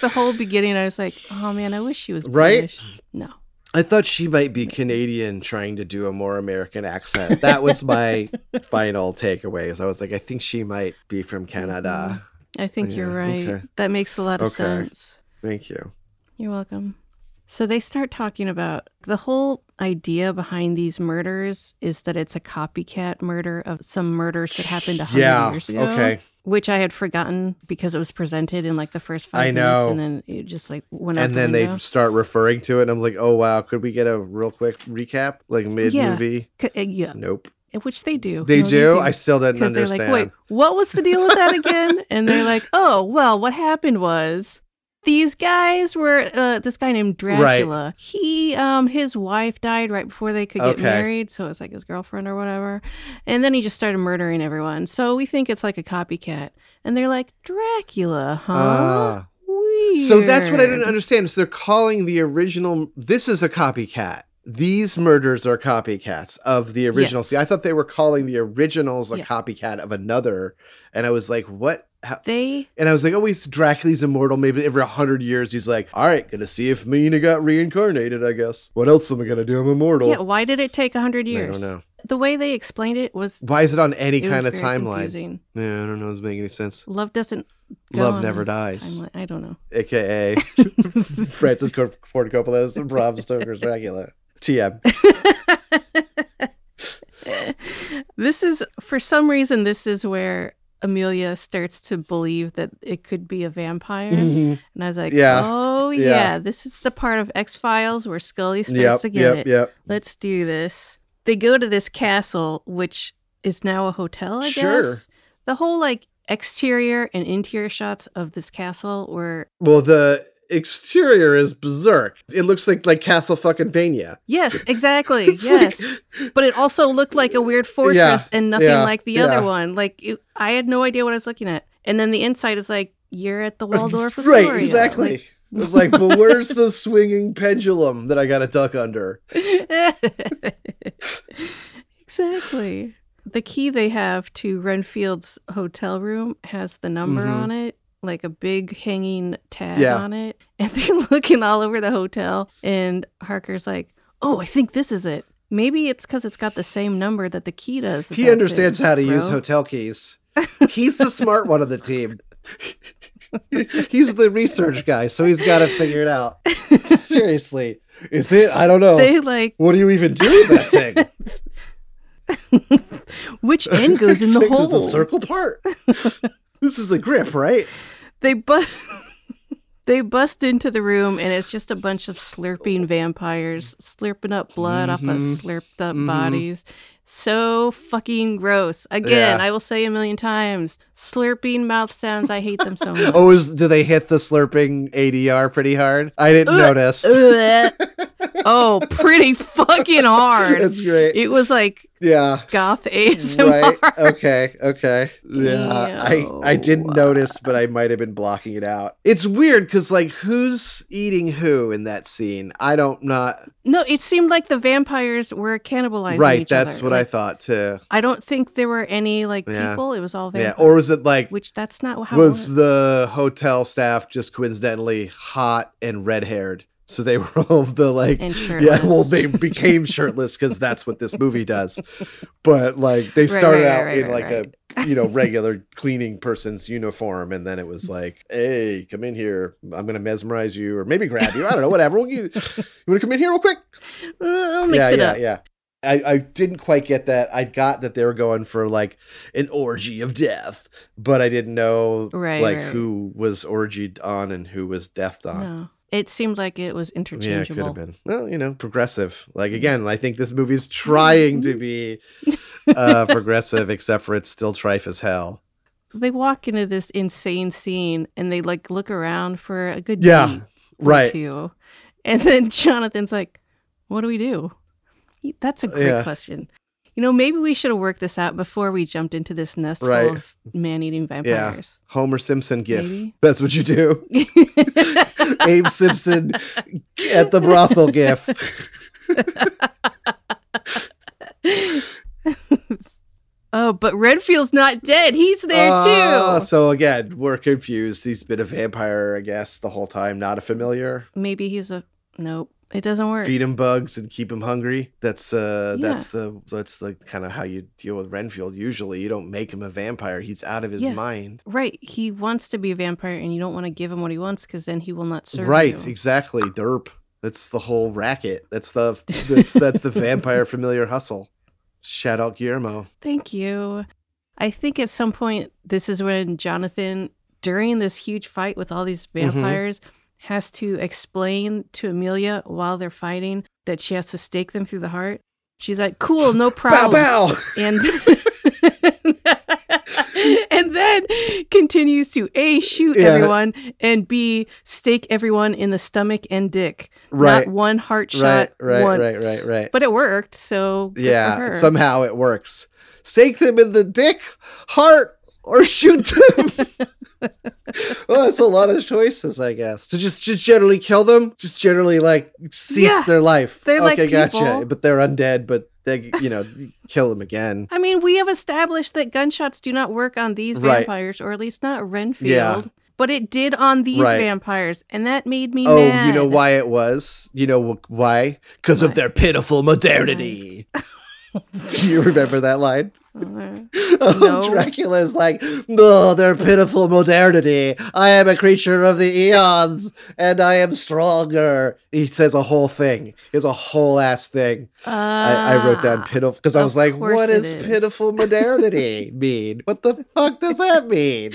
[SPEAKER 2] The whole beginning, I was like, oh man, I wish she was
[SPEAKER 3] Right?
[SPEAKER 2] British. No.
[SPEAKER 3] I thought she might be Canadian trying to do a more American accent. That was my final takeaway. is I was like, I think she might be from Canada.
[SPEAKER 2] I think you're
[SPEAKER 3] Yeah,
[SPEAKER 2] right.
[SPEAKER 3] okay.
[SPEAKER 2] That makes a lot of
[SPEAKER 3] Okay.
[SPEAKER 2] sense.
[SPEAKER 3] Thank you.
[SPEAKER 2] You're welcome. So they start talking about the whole idea behind these murders is that it's a copycat murder of some murders that happened a hundred
[SPEAKER 3] Yeah.
[SPEAKER 2] years ago.
[SPEAKER 3] Okay.
[SPEAKER 2] Which I had forgotten because it was presented in like the first five
[SPEAKER 3] I
[SPEAKER 2] minutes
[SPEAKER 3] know.
[SPEAKER 2] and then it just like went out
[SPEAKER 3] and
[SPEAKER 2] the
[SPEAKER 3] then
[SPEAKER 2] window.
[SPEAKER 3] they start referring to it and i'm like oh wow could we get a real quick recap like mid movie
[SPEAKER 2] C- uh, yeah.
[SPEAKER 3] nope
[SPEAKER 2] Which they do.
[SPEAKER 3] they
[SPEAKER 2] No,
[SPEAKER 3] do i still didn't
[SPEAKER 2] because they're like,
[SPEAKER 3] understand
[SPEAKER 2] wait, what was the deal with that again? and they're like, oh, well, what happened was these guys were uh, this guy named
[SPEAKER 3] Right.
[SPEAKER 2] Dracula. He, um, his wife died right before they could get
[SPEAKER 3] Okay.
[SPEAKER 2] married, so it's like his girlfriend or whatever. And then he just started murdering everyone. So we think it's like a copycat. And they're like, Dracula, huh?
[SPEAKER 3] Ah. so that's what i didn't
[SPEAKER 2] Weird."
[SPEAKER 3] understand so they're calling the original this is a copycat these murders are copycats of the original
[SPEAKER 2] Yes.
[SPEAKER 3] see i thought they were calling the originals a
[SPEAKER 2] Yeah.
[SPEAKER 3] copycat of another and i was like what How-
[SPEAKER 2] They
[SPEAKER 3] and I was like, oh, he's Dracula's immortal. Maybe every 100 years, he's like, all right, gonna see if Mina got reincarnated, I guess. What else am I gonna do? I'm immortal.
[SPEAKER 2] yeah. Why did it take a hundred
[SPEAKER 3] I
[SPEAKER 2] years?
[SPEAKER 3] don't know.
[SPEAKER 2] The way they explained it was
[SPEAKER 3] Why is it on any
[SPEAKER 2] it
[SPEAKER 3] kind of
[SPEAKER 2] was very
[SPEAKER 3] timeline?
[SPEAKER 2] confusing.
[SPEAKER 3] Yeah, I don't know. It doesn't make any sense.
[SPEAKER 2] Love doesn't. go
[SPEAKER 3] Love
[SPEAKER 2] on
[SPEAKER 3] never
[SPEAKER 2] a
[SPEAKER 3] dies,
[SPEAKER 2] timeline. I don't know.
[SPEAKER 3] aka Francis Co- Ford Coppola's Rob Stoker's Dracula. TM.
[SPEAKER 2] this is for some reason this is where Amelia starts to believe that it could be a vampire. And I was like,
[SPEAKER 3] Mm-hmm. Yeah.
[SPEAKER 2] Oh yeah.
[SPEAKER 3] Yeah.
[SPEAKER 2] this is the part of X Files where Scully starts
[SPEAKER 3] Yep,
[SPEAKER 2] to get
[SPEAKER 3] yep,
[SPEAKER 2] it.
[SPEAKER 3] yep.
[SPEAKER 2] Let's do this. They go to this castle, which is now a hotel, I
[SPEAKER 3] Sure.
[SPEAKER 2] guess. The whole like exterior and interior shots of this castle were
[SPEAKER 3] Well, the exterior is berserk. It looks like like Castle fucking Vania.
[SPEAKER 2] Yes, exactly. yes. but it also looked like a weird fortress and nothing
[SPEAKER 3] yeah,
[SPEAKER 2] like the
[SPEAKER 3] yeah.
[SPEAKER 2] other one. Like it, I had no idea what I was looking at. And then the inside is like you're at the Waldorf Astoria.
[SPEAKER 3] right, exactly. it was like, well, where's the swinging pendulum that I got to duck under?
[SPEAKER 2] Like- exactly. The key they have to Renfield's hotel room has the number
[SPEAKER 3] Mhm.
[SPEAKER 2] on it, like a big hanging tag
[SPEAKER 3] Yeah.
[SPEAKER 2] on it. And they're looking all over the hotel. And Harker's like, "Oh, I think this is it." Maybe it's because it's got the same number that the key does. that
[SPEAKER 3] He
[SPEAKER 2] that's
[SPEAKER 3] understands
[SPEAKER 2] it,
[SPEAKER 3] how to use
[SPEAKER 2] bro."
[SPEAKER 3] hotel keys. He's the smart one of the team. he's the research guy, so he's got to figure it out. Seriously, is it? I don't know.
[SPEAKER 2] They like
[SPEAKER 3] what do you even do with that thing?
[SPEAKER 2] which end goes in the
[SPEAKER 3] It's like, there's
[SPEAKER 2] hole.
[SPEAKER 3] a circle part. this is a grip, right?
[SPEAKER 2] They bust. they bust into the room, and it's just a bunch of slurping vampires slurping up blood off of
[SPEAKER 3] Mhm.
[SPEAKER 2] slurped up
[SPEAKER 3] Mhm.
[SPEAKER 2] bodies. so fucking gross. Again,
[SPEAKER 3] Yeah.
[SPEAKER 2] I will say a million times, slurping mouth sounds, I hate them so much.
[SPEAKER 3] Oh, is, do they hit the slurping ADR pretty hard? I didn't
[SPEAKER 2] Ugh.
[SPEAKER 3] notice.
[SPEAKER 2] uh, Ugh. oh, pretty fucking hard.
[SPEAKER 3] That's great.
[SPEAKER 2] It was like
[SPEAKER 3] yeah.
[SPEAKER 2] goth ASMR.
[SPEAKER 3] Right. Okay. Okay. Yeah.
[SPEAKER 2] Ew.
[SPEAKER 3] I I didn't notice, but I might have been blocking it out. It's weird because like who's eating who in that scene? I don't not
[SPEAKER 2] No, it seemed like the vampires were cannibalizing
[SPEAKER 3] right.
[SPEAKER 2] each
[SPEAKER 3] That's
[SPEAKER 2] other.
[SPEAKER 3] what I
[SPEAKER 2] Like,
[SPEAKER 3] thought too.
[SPEAKER 2] I don't think there were any like
[SPEAKER 3] Yeah.
[SPEAKER 2] people. It was all
[SPEAKER 3] Yeah.
[SPEAKER 2] vampires.
[SPEAKER 3] Or was it like
[SPEAKER 2] which that's not how it
[SPEAKER 3] was
[SPEAKER 2] was.
[SPEAKER 3] the hotel staff just coincidentally hot and red haired? So they were all the like
[SPEAKER 2] And
[SPEAKER 3] Yeah, well,
[SPEAKER 2] shirtless.
[SPEAKER 3] they became shirtless because that's what this movie does. But like, they
[SPEAKER 2] Right,
[SPEAKER 3] started
[SPEAKER 2] right,
[SPEAKER 3] out
[SPEAKER 2] right,
[SPEAKER 3] in
[SPEAKER 2] right,
[SPEAKER 3] like a you know regular cleaning person's uniform, and then it was like, "Hey, come in here. I'm gonna mesmerize you, or maybe grab you. I don't know, whatever. You, you want to come in here real quick?
[SPEAKER 2] Uh, I'll mix
[SPEAKER 3] yeah,
[SPEAKER 2] it
[SPEAKER 3] yeah,
[SPEAKER 2] up.
[SPEAKER 3] yeah. I, I didn't quite get that. I got that they were going for like an orgy of death, but I didn't know
[SPEAKER 2] Right,
[SPEAKER 3] like
[SPEAKER 2] right.
[SPEAKER 3] who was orgied on and who was deathed on.
[SPEAKER 2] No, it seemed like it was
[SPEAKER 3] Yeah, it could
[SPEAKER 2] interchangeable. Mm-hmm.
[SPEAKER 3] have been. Well, you know, progressive. Like again, I think this movie's trying to be uh progressive, except for it's still trife as hell.
[SPEAKER 2] They walk into this insane scene and they like look around for a good
[SPEAKER 3] Yeah,
[SPEAKER 2] beat or
[SPEAKER 3] Right.
[SPEAKER 2] two, and then Jonathan's like, "What do we do?" He- That's a great
[SPEAKER 3] Yeah.
[SPEAKER 2] question. You know, maybe we should have worked this out before we jumped into this nest
[SPEAKER 3] Right.
[SPEAKER 2] full of man-eating vampires.
[SPEAKER 3] Homer Simpson gif.
[SPEAKER 2] Maybe.
[SPEAKER 3] That's what you do. Abe Simpson at the brothel gif.
[SPEAKER 2] oh, but Redfield's not dead. He's there
[SPEAKER 3] Ah,
[SPEAKER 2] too.
[SPEAKER 3] So again, we're confused. He's been a vampire, I guess, the whole time, not a familiar.
[SPEAKER 2] Maybe he's a nope. It doesn't work.
[SPEAKER 3] Feed him bugs and keep him hungry. That's uh
[SPEAKER 2] Yeah.
[SPEAKER 3] that's the that's like kind of how you deal with Renfield usually. You don't make him a vampire. He's out of his
[SPEAKER 2] Yeah.
[SPEAKER 3] mind.
[SPEAKER 2] Right. He wants to be a vampire and you don't want to give him what he wants because then he will not serve
[SPEAKER 3] right
[SPEAKER 2] you.
[SPEAKER 3] exactly derp that's the whole racket that's the that's that's the vampire familiar hustle shout out guillermo
[SPEAKER 2] Thank you. I think at some point, this is when Jonathan, during this huge fight with all these
[SPEAKER 3] Mm-hmm.
[SPEAKER 2] vampires, has to explain to Amelia while they're fighting that she has to stake them through the heart. She's like, cool, no problem.
[SPEAKER 3] bow bow
[SPEAKER 2] and and then continues to a shoot
[SPEAKER 3] Yeah.
[SPEAKER 2] everyone and b stake everyone in the stomach and dick.
[SPEAKER 3] right
[SPEAKER 2] Not one heart
[SPEAKER 3] right
[SPEAKER 2] shot.
[SPEAKER 3] right
[SPEAKER 2] once.
[SPEAKER 3] right right right
[SPEAKER 2] But it worked, so good for
[SPEAKER 3] yeah
[SPEAKER 2] her.
[SPEAKER 3] somehow it works stake them in the dick heart or shoot them well that's a lot of choices i guess to just just generally kill them just generally like cease
[SPEAKER 2] Yeah.
[SPEAKER 3] their life
[SPEAKER 2] They're like
[SPEAKER 3] okay gotcha
[SPEAKER 2] people.
[SPEAKER 3] but they're undead but they you know kill them again
[SPEAKER 2] I mean, we have established that gunshots do not work on these
[SPEAKER 3] Right.
[SPEAKER 2] vampires, or at least not Renfield. But it did on these
[SPEAKER 3] Right.
[SPEAKER 2] vampires, and that made me
[SPEAKER 3] Oh,
[SPEAKER 2] mad.
[SPEAKER 3] you know why it was? You know wh- why? Because of
[SPEAKER 2] Why?
[SPEAKER 3] their pitiful modernity. Do you remember that line?
[SPEAKER 2] Uh,
[SPEAKER 3] Oh,
[SPEAKER 2] No.
[SPEAKER 3] Dracula is like, oh, their pitiful modernity. I am a creature of the eons, and I am stronger. He says a whole thing. It's a whole ass thing. I, I wrote down
[SPEAKER 2] ah.
[SPEAKER 3] pitiful because I
[SPEAKER 2] of
[SPEAKER 3] was like,
[SPEAKER 2] course
[SPEAKER 3] what
[SPEAKER 2] it
[SPEAKER 3] does
[SPEAKER 2] is."
[SPEAKER 3] pitiful modernity mean? What the fuck does that mean?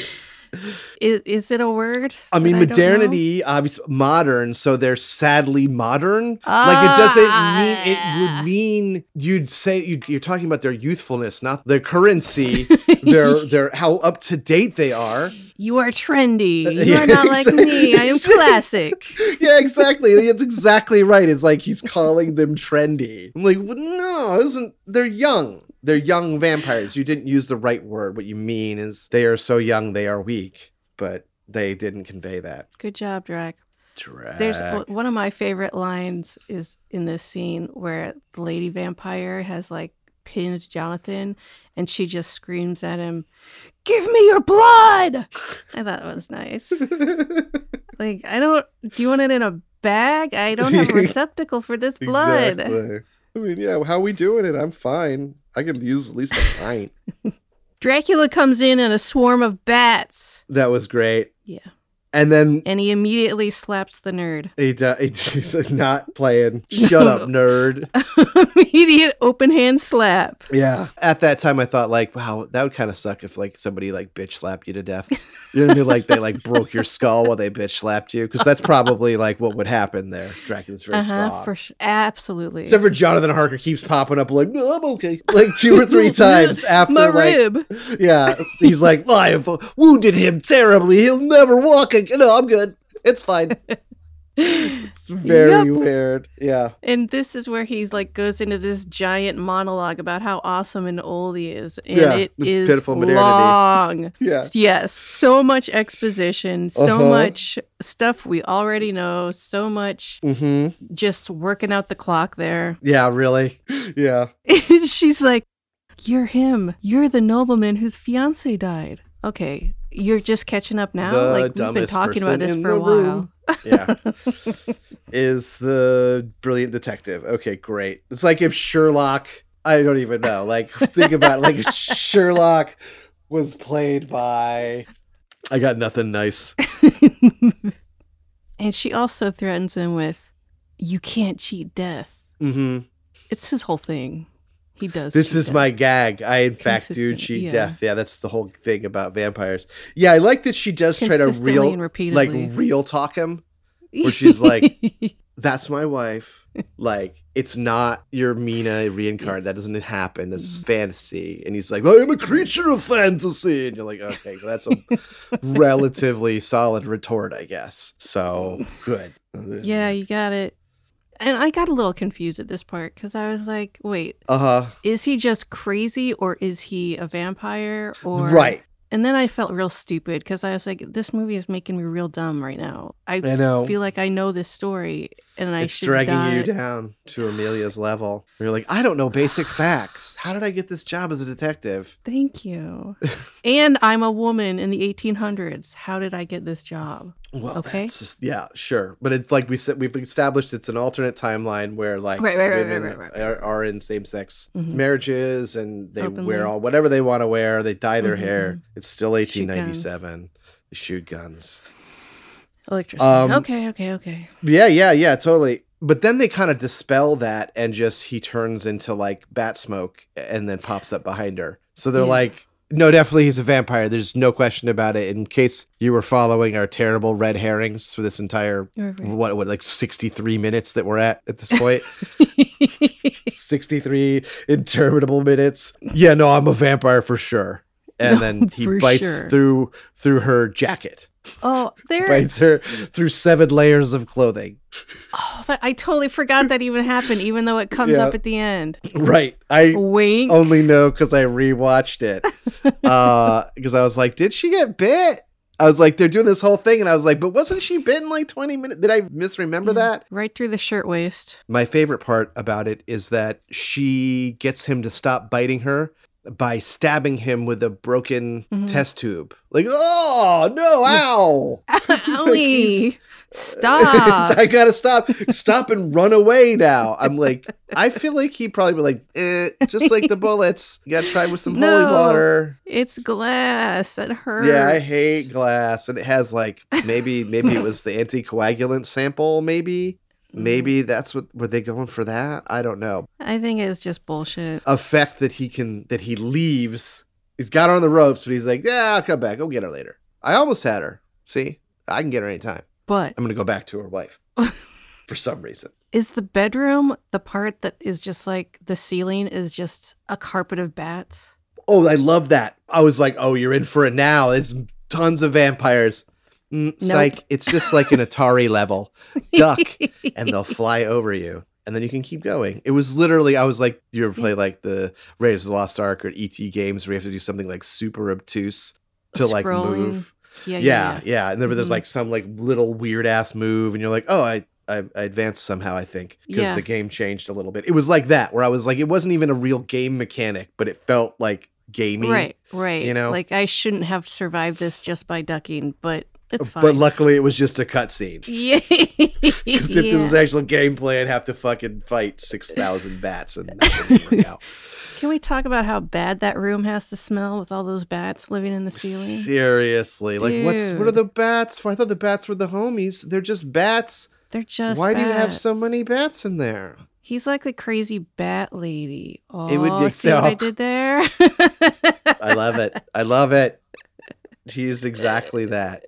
[SPEAKER 2] Is, is it a word?
[SPEAKER 3] I mean,
[SPEAKER 2] that don't know?
[SPEAKER 3] modernity, obviously modern, so they're sadly modern. like it doesn't mean it
[SPEAKER 2] Ah.
[SPEAKER 3] would mean you'd say you you're talking about their youthfulness, not their currency, their their how up to date they are.
[SPEAKER 2] You are trendy.
[SPEAKER 3] Uh,
[SPEAKER 2] You
[SPEAKER 3] yeah,
[SPEAKER 2] are not like
[SPEAKER 3] exactly.
[SPEAKER 2] me. I am classic.
[SPEAKER 3] Yeah, exactly. That's exactly right. It's like he's calling them trendy. I'm like, well, no, isn't they're young. They're young vampires. You didn't use the right word. What you mean is they are so young they are weak, but they didn't convey that.
[SPEAKER 2] Good job, Drac.
[SPEAKER 3] Drag.
[SPEAKER 2] There's o- one of my favorite lines is in this scene where the lady vampire has like pinned Jonathan and she just screams at him, "Give me your blood!" I thought that was nice. Like, I don't do you want it in a bag? I don't have a receptacle for this blood.
[SPEAKER 3] Exactly. I mean, yeah, how we doing it? I'm fine. I could use at least a pint.
[SPEAKER 2] Dracula comes in in a swarm of bats.
[SPEAKER 3] that was great.
[SPEAKER 2] Yeah.
[SPEAKER 3] And then
[SPEAKER 2] and he immediately slaps the nerd.
[SPEAKER 3] he, do- he's like, not playing. Shut up, nerd.
[SPEAKER 2] Immediate open hand slap.
[SPEAKER 3] Yeah. At that time, I thought like, wow, that would kind of suck if like somebody like bitch slapped you to death. You know what I mean? Like they like broke your skull while they bitch slapped you because that's probably like what would happen there. Dracula's very strong.
[SPEAKER 2] Uh-huh, for sure. Absolutely.
[SPEAKER 3] Except for Jonathan Harker keeps popping up like, no, I'm okay. Like two or three times after
[SPEAKER 2] My
[SPEAKER 3] like,
[SPEAKER 2] rib.
[SPEAKER 3] yeah, he's like, I have wounded him terribly. He'll never walk again. No, I'm good. It's fine. It's very
[SPEAKER 2] Yep.
[SPEAKER 3] weird. Yeah.
[SPEAKER 2] And this is where he's like goes into this giant monologue about how awesome and old he is, and
[SPEAKER 3] Yeah,
[SPEAKER 2] it
[SPEAKER 3] the
[SPEAKER 2] is
[SPEAKER 3] pitiful modernity.
[SPEAKER 2] long.
[SPEAKER 3] Yeah.
[SPEAKER 2] Yes, so much exposition, so
[SPEAKER 3] Uh-huh.
[SPEAKER 2] much stuff we already know, so much
[SPEAKER 3] Mm-hmm.
[SPEAKER 2] just working out the clock there.
[SPEAKER 3] Yeah, really. Yeah.
[SPEAKER 2] And she's like, "You're him. You're the nobleman whose fiance died." Okay, you're just catching up now.
[SPEAKER 3] The
[SPEAKER 2] like we've been
[SPEAKER 3] dumbest
[SPEAKER 2] talking about
[SPEAKER 3] person
[SPEAKER 2] this
[SPEAKER 3] in
[SPEAKER 2] for a
[SPEAKER 3] the
[SPEAKER 2] while.
[SPEAKER 3] room. Yeah. is the brilliant detective. Okay, great. It's like if Sherlock, I don't even know. Like think about it, like if Sherlock was played by I got nothing nice.
[SPEAKER 2] and she also threatens him with, "You can't cheat death."
[SPEAKER 3] Mhm.
[SPEAKER 2] It's his whole thing. He does.
[SPEAKER 3] This
[SPEAKER 2] cheat
[SPEAKER 3] is
[SPEAKER 2] death.
[SPEAKER 3] my gag. I in fact do
[SPEAKER 2] Consistent,
[SPEAKER 3] cheat
[SPEAKER 2] yeah.
[SPEAKER 3] death. Yeah, that's the whole thing about vampires. Yeah, I like that she does try to
[SPEAKER 2] Consistently
[SPEAKER 3] real
[SPEAKER 2] and
[SPEAKER 3] like
[SPEAKER 2] repeatedly.
[SPEAKER 3] real talk him. where she's like- That's my wife. Like it's not your Mina reincarnate. That doesn't happen.
[SPEAKER 2] Mm-hmm.
[SPEAKER 3] It's fantasy. And he's like, I am a creature of fantasy. And you're like, okay, well, that's a relatively solid retort, I guess. So good.
[SPEAKER 2] "Yeah, you got it." And I got a little confused at this part because I was like, "Wait,
[SPEAKER 3] Uh huh.
[SPEAKER 2] is he just crazy or is he a vampire?" Or
[SPEAKER 3] Right.
[SPEAKER 2] And then I felt real stupid because I was like, "This movie is making me real dumb right now." I
[SPEAKER 3] I know.
[SPEAKER 2] feel like I know this story and I
[SPEAKER 3] it's
[SPEAKER 2] should
[SPEAKER 3] dragging you
[SPEAKER 2] not-
[SPEAKER 3] down to Amelia's level. You're like, I don't know basic facts. How did I get this job as a detective?
[SPEAKER 2] Thank you. and I'm a woman in the 1800s. How did I get this job?
[SPEAKER 3] Well,
[SPEAKER 2] Okay.
[SPEAKER 3] that's just- yeah, sure, but it's like we said, we've established it's an alternate timeline where like
[SPEAKER 2] Right, right, right,
[SPEAKER 3] women
[SPEAKER 2] right, right, right.
[SPEAKER 3] Are, are in same sex
[SPEAKER 2] Mhm.
[SPEAKER 3] marriages and they
[SPEAKER 2] Openly. Mm-hmm.
[SPEAKER 3] wear all whatever they want to wear. They dye their hair. It's still
[SPEAKER 2] guns.
[SPEAKER 3] 1897. They shoot guns.
[SPEAKER 2] Electricity.
[SPEAKER 3] Um,
[SPEAKER 2] okay, okay, okay.
[SPEAKER 3] Yeah, yeah, yeah, totally. But then they kind of dispel that and just he turns into like bat smoke and then pops up behind her. So they're
[SPEAKER 2] Yeah.
[SPEAKER 3] like, no, definitely he's a vampire. There's no question about it. In case you were following our terrible red herrings for this entire
[SPEAKER 2] You're right.
[SPEAKER 3] what what like 63 minutes that we're at at this point 63 interminable minutes yeah no i'm a vampire for sure and
[SPEAKER 2] No,
[SPEAKER 3] then he
[SPEAKER 2] for
[SPEAKER 3] bites
[SPEAKER 2] sure.
[SPEAKER 3] through through her jacket
[SPEAKER 2] oh, there.
[SPEAKER 3] bites her through seven layers of clothing
[SPEAKER 2] Oh, that, I totally forgot that even happened, even though it comes
[SPEAKER 3] Yeah. um, Oh,
[SPEAKER 2] up at the end.
[SPEAKER 3] right i
[SPEAKER 2] Wink.
[SPEAKER 3] only know because i rewatched it uh because i was like did she get bit i was like they're doing this whole thing and i was like but wasn't she bitten like 20 minutes did i misremember that
[SPEAKER 2] Right through the shirt waist.
[SPEAKER 3] My favorite part about it is that she gets him to stop biting her by stabbing him with a broken
[SPEAKER 2] Mhm.
[SPEAKER 3] test tube. Like, oh no, ow!
[SPEAKER 2] Owie.
[SPEAKER 3] It's,
[SPEAKER 2] Stop.
[SPEAKER 3] I gotta stop, stop and run away now. I'm like, I feel like he probably be like, eh, just like the bullets. You gotta try with some holy
[SPEAKER 2] No.
[SPEAKER 3] water.
[SPEAKER 2] it's glass. It hurts.
[SPEAKER 3] Yeah, I hate glass, and it has like maybe maybe it was the anticoagulant sample, maybe.
[SPEAKER 2] Mm-hmm.
[SPEAKER 3] Maybe that's what were they going for that? I don't know.
[SPEAKER 2] I think it's just bullshit.
[SPEAKER 3] effect that he can that he leaves. He's got her on the ropes, but he's like, "Yeah, I'll come back. I'll get her later. I almost had her. See, I can get her anytime.
[SPEAKER 2] But
[SPEAKER 3] I'm gonna go back to her wife for some reason.
[SPEAKER 2] is the bedroom the part that is just like the ceiling is just a carpet of bats?
[SPEAKER 3] Oh, I love that. I was like, "Oh, you're in for it now. It's tons of vampires." Mm, it's
[SPEAKER 2] Nope.
[SPEAKER 3] like it's just like an Atari level. Duck, and they'll fly over you. And then you can keep going. It was literally, I was like, you ever play like the Raiders of the Lost Ark or ET games where you have to do something like super obtuse to like
[SPEAKER 2] Scrolling.
[SPEAKER 3] move?
[SPEAKER 2] yeah,
[SPEAKER 3] yeah, yeah. And there, there's
[SPEAKER 2] Mhm.
[SPEAKER 3] like some like little weird ass move, and you're like, oh, I I, I advanced somehow, I think, because
[SPEAKER 2] Yeah.
[SPEAKER 3] the game changed a little bit. It was like that, where I was like, it wasn't even a real game mechanic, but it felt like gamey.
[SPEAKER 2] Right, right.
[SPEAKER 3] you know?
[SPEAKER 2] like I shouldn't have survived this just by ducking, but it's fine.
[SPEAKER 3] But luckily, it was just a cutscene.
[SPEAKER 2] yeah.
[SPEAKER 3] Because if there was actual gameplay, I'd have to fucking fight six thousand bats, and that wouldn't work out.
[SPEAKER 2] Can we talk about how bad that room has to smell with all those bats living in the ceiling?
[SPEAKER 3] Seriously, like what's what are
[SPEAKER 2] Dude.
[SPEAKER 3] the bats for? I thought the bats were the homies. They're just bats.
[SPEAKER 2] They're just.
[SPEAKER 3] Why do you have so
[SPEAKER 2] bats.
[SPEAKER 3] many bats in there?
[SPEAKER 2] He's like the crazy bat lady. Oh,
[SPEAKER 3] It would be
[SPEAKER 2] see what I
[SPEAKER 3] so-
[SPEAKER 2] did there?
[SPEAKER 3] I love it. I love it. He's exactly that.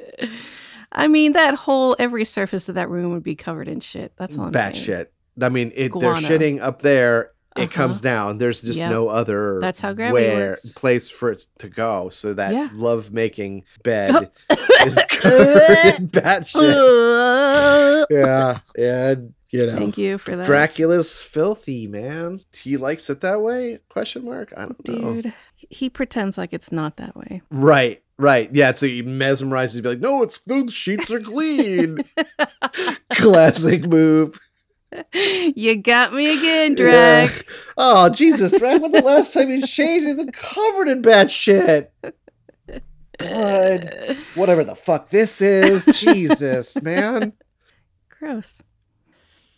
[SPEAKER 2] I mean, that whole every surface of that room would be covered in shit. That's all I'm
[SPEAKER 3] Bat
[SPEAKER 2] saying.
[SPEAKER 3] shit. I mean, it, they're
[SPEAKER 2] Guano.
[SPEAKER 3] shitting up there. It
[SPEAKER 2] Uh-huh.
[SPEAKER 3] comes down. There's just
[SPEAKER 2] Yep.
[SPEAKER 3] no other
[SPEAKER 2] That's how gravity works.
[SPEAKER 3] place for it to go. So that
[SPEAKER 2] Yeah.
[SPEAKER 3] love-making bed is covered in bat shit. Yeah, and you know,
[SPEAKER 2] Thank you for that,
[SPEAKER 3] Dracula's filthy, man. He likes it that way? Question mark. I don't know.
[SPEAKER 2] dude. He pretends like it's not that way.
[SPEAKER 3] Right, right. Yeah, so he mesmerizes, be like, no, it's the sheets are clean. Classic move.
[SPEAKER 2] you got me again,
[SPEAKER 3] Yeah.
[SPEAKER 2] Drac.
[SPEAKER 3] Oh, Jesus, Drag, when's the last time you shaved? He's covered in bad shit. Blood. Whatever the fuck this is. Jesus, man.
[SPEAKER 2] Gross.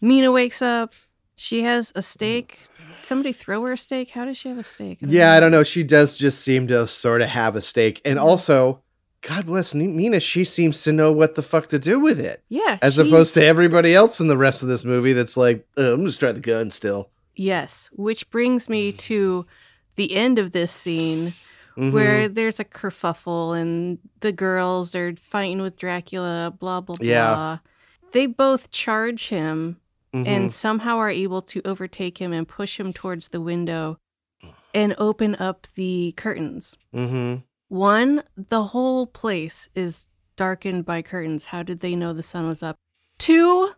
[SPEAKER 2] Mina wakes up. She has a steak. Did somebody throw her a steak. How does she have a steak?
[SPEAKER 3] Yeah, I don't know. She does just seem to sort of have a stake. And also, God bless Ni- Mina, she seems to know what the fuck to do with it.
[SPEAKER 2] Yeah.
[SPEAKER 3] As
[SPEAKER 2] she-
[SPEAKER 3] opposed to everybody else in the rest of this movie that's like, "Uh, I'm just trying the gun still.
[SPEAKER 2] Yes, which brings me to the end of this scene
[SPEAKER 3] Mhm.
[SPEAKER 2] where there's a kerfuffle and the girls are fighting with Dracula, blah blah blah.
[SPEAKER 3] Yeah.
[SPEAKER 2] They both charge him
[SPEAKER 3] Mhm.
[SPEAKER 2] and somehow are able to overtake him and push him towards the window and open up the curtains.
[SPEAKER 3] Mm-hmm.
[SPEAKER 2] One, the whole place is darkened by curtains. How did they know the sun was up? Two,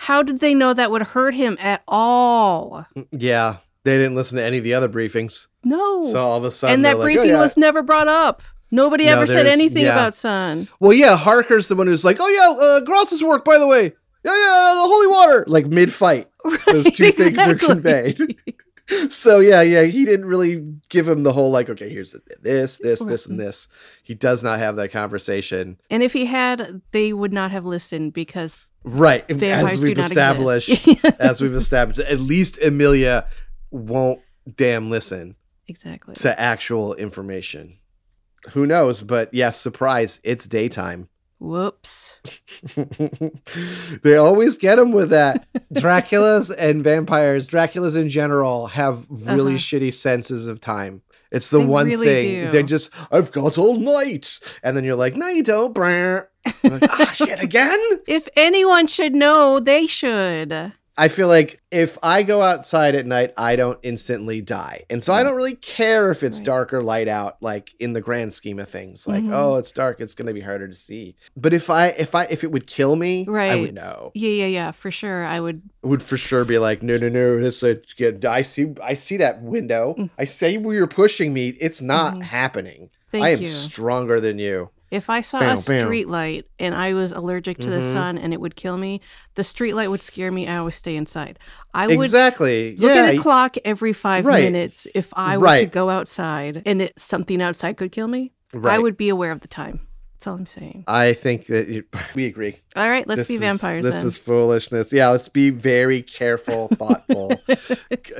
[SPEAKER 2] how did they know that would hurt him at all?
[SPEAKER 3] Yeah, they didn't listen to any of the other briefings,
[SPEAKER 2] No.
[SPEAKER 3] so all of a sudden
[SPEAKER 2] and
[SPEAKER 3] they're
[SPEAKER 2] that
[SPEAKER 3] like,
[SPEAKER 2] briefing
[SPEAKER 3] "Oh, yeah."
[SPEAKER 2] was never brought up. Nobody
[SPEAKER 3] No,
[SPEAKER 2] ever said
[SPEAKER 3] there's-
[SPEAKER 2] anything
[SPEAKER 3] yeah.
[SPEAKER 2] about sun.
[SPEAKER 3] Well, yeah, Harker's the one who's like, "Oh yeah, uh, Gross's work, by the way. Yeah, yeah, the holy water." Like mid fight, those
[SPEAKER 2] Right,
[SPEAKER 3] two things are
[SPEAKER 2] exactly.
[SPEAKER 3] conveyed. so yeah, yeah, he didn't really give him the whole like, "Okay, here's this, this, this, and this." He does not have that conversation.
[SPEAKER 2] And if he had, they would not have listened because
[SPEAKER 3] Right,
[SPEAKER 2] vampires
[SPEAKER 3] as
[SPEAKER 2] do
[SPEAKER 3] we've
[SPEAKER 2] not
[SPEAKER 3] established,
[SPEAKER 2] exist.
[SPEAKER 3] as we've established, at least Amelia won't damn listen.
[SPEAKER 2] exactly.
[SPEAKER 3] to actual information. Who knows? But yes, surprise, it's daytime.
[SPEAKER 2] Whoops.
[SPEAKER 3] they always get them with that. Draculas and vampires, Draculas in general, have really
[SPEAKER 2] Uh-huh.
[SPEAKER 3] shitty senses of time. It's the
[SPEAKER 2] They
[SPEAKER 3] one
[SPEAKER 2] really
[SPEAKER 3] thing
[SPEAKER 2] do.
[SPEAKER 3] they're just, I've got all night. And then you're like, no, you don't. brah." Like, ah, shit again.
[SPEAKER 2] If anyone should know, they should.
[SPEAKER 3] I feel like if I go outside at night, I don't instantly die. And so I don't really care if it's
[SPEAKER 2] Mm. Right.
[SPEAKER 3] dark or light out, like in the grand scheme of things. Like,
[SPEAKER 2] Mhm.
[SPEAKER 3] oh, it's dark, it's gonna be harder to see. But if I if I if it would kill me, I
[SPEAKER 2] Right.
[SPEAKER 3] would know.
[SPEAKER 2] Yeah, yeah, yeah, for sure. I would.
[SPEAKER 3] I would for sure be like, no, no, no, it's a, I see I see that window.
[SPEAKER 2] Mm.
[SPEAKER 3] I say where you're pushing me, it's not
[SPEAKER 2] Mhm.
[SPEAKER 3] happening.
[SPEAKER 2] Thank
[SPEAKER 3] I am
[SPEAKER 2] you.
[SPEAKER 3] stronger than you.
[SPEAKER 2] if I saw
[SPEAKER 3] Bam,
[SPEAKER 2] a
[SPEAKER 3] bam.
[SPEAKER 2] street light and I was allergic to the
[SPEAKER 3] Mhm.
[SPEAKER 2] sun and it would kill me, the street light would scare me. I always stay inside. I would
[SPEAKER 3] exactly.
[SPEAKER 2] look
[SPEAKER 3] yeah.
[SPEAKER 2] at a clock every five
[SPEAKER 3] Right.
[SPEAKER 2] minutes if I were to
[SPEAKER 3] Right.
[SPEAKER 2] go outside and it, something outside could kill me. I
[SPEAKER 3] right.
[SPEAKER 2] would be aware of the time. That's all I'm saying.
[SPEAKER 3] I think that you, we agree.
[SPEAKER 2] All right, let's
[SPEAKER 3] This
[SPEAKER 2] be
[SPEAKER 3] is-
[SPEAKER 2] vampires
[SPEAKER 3] This
[SPEAKER 2] then.
[SPEAKER 3] is foolishness. Yeah, let's be very careful, thoughtful,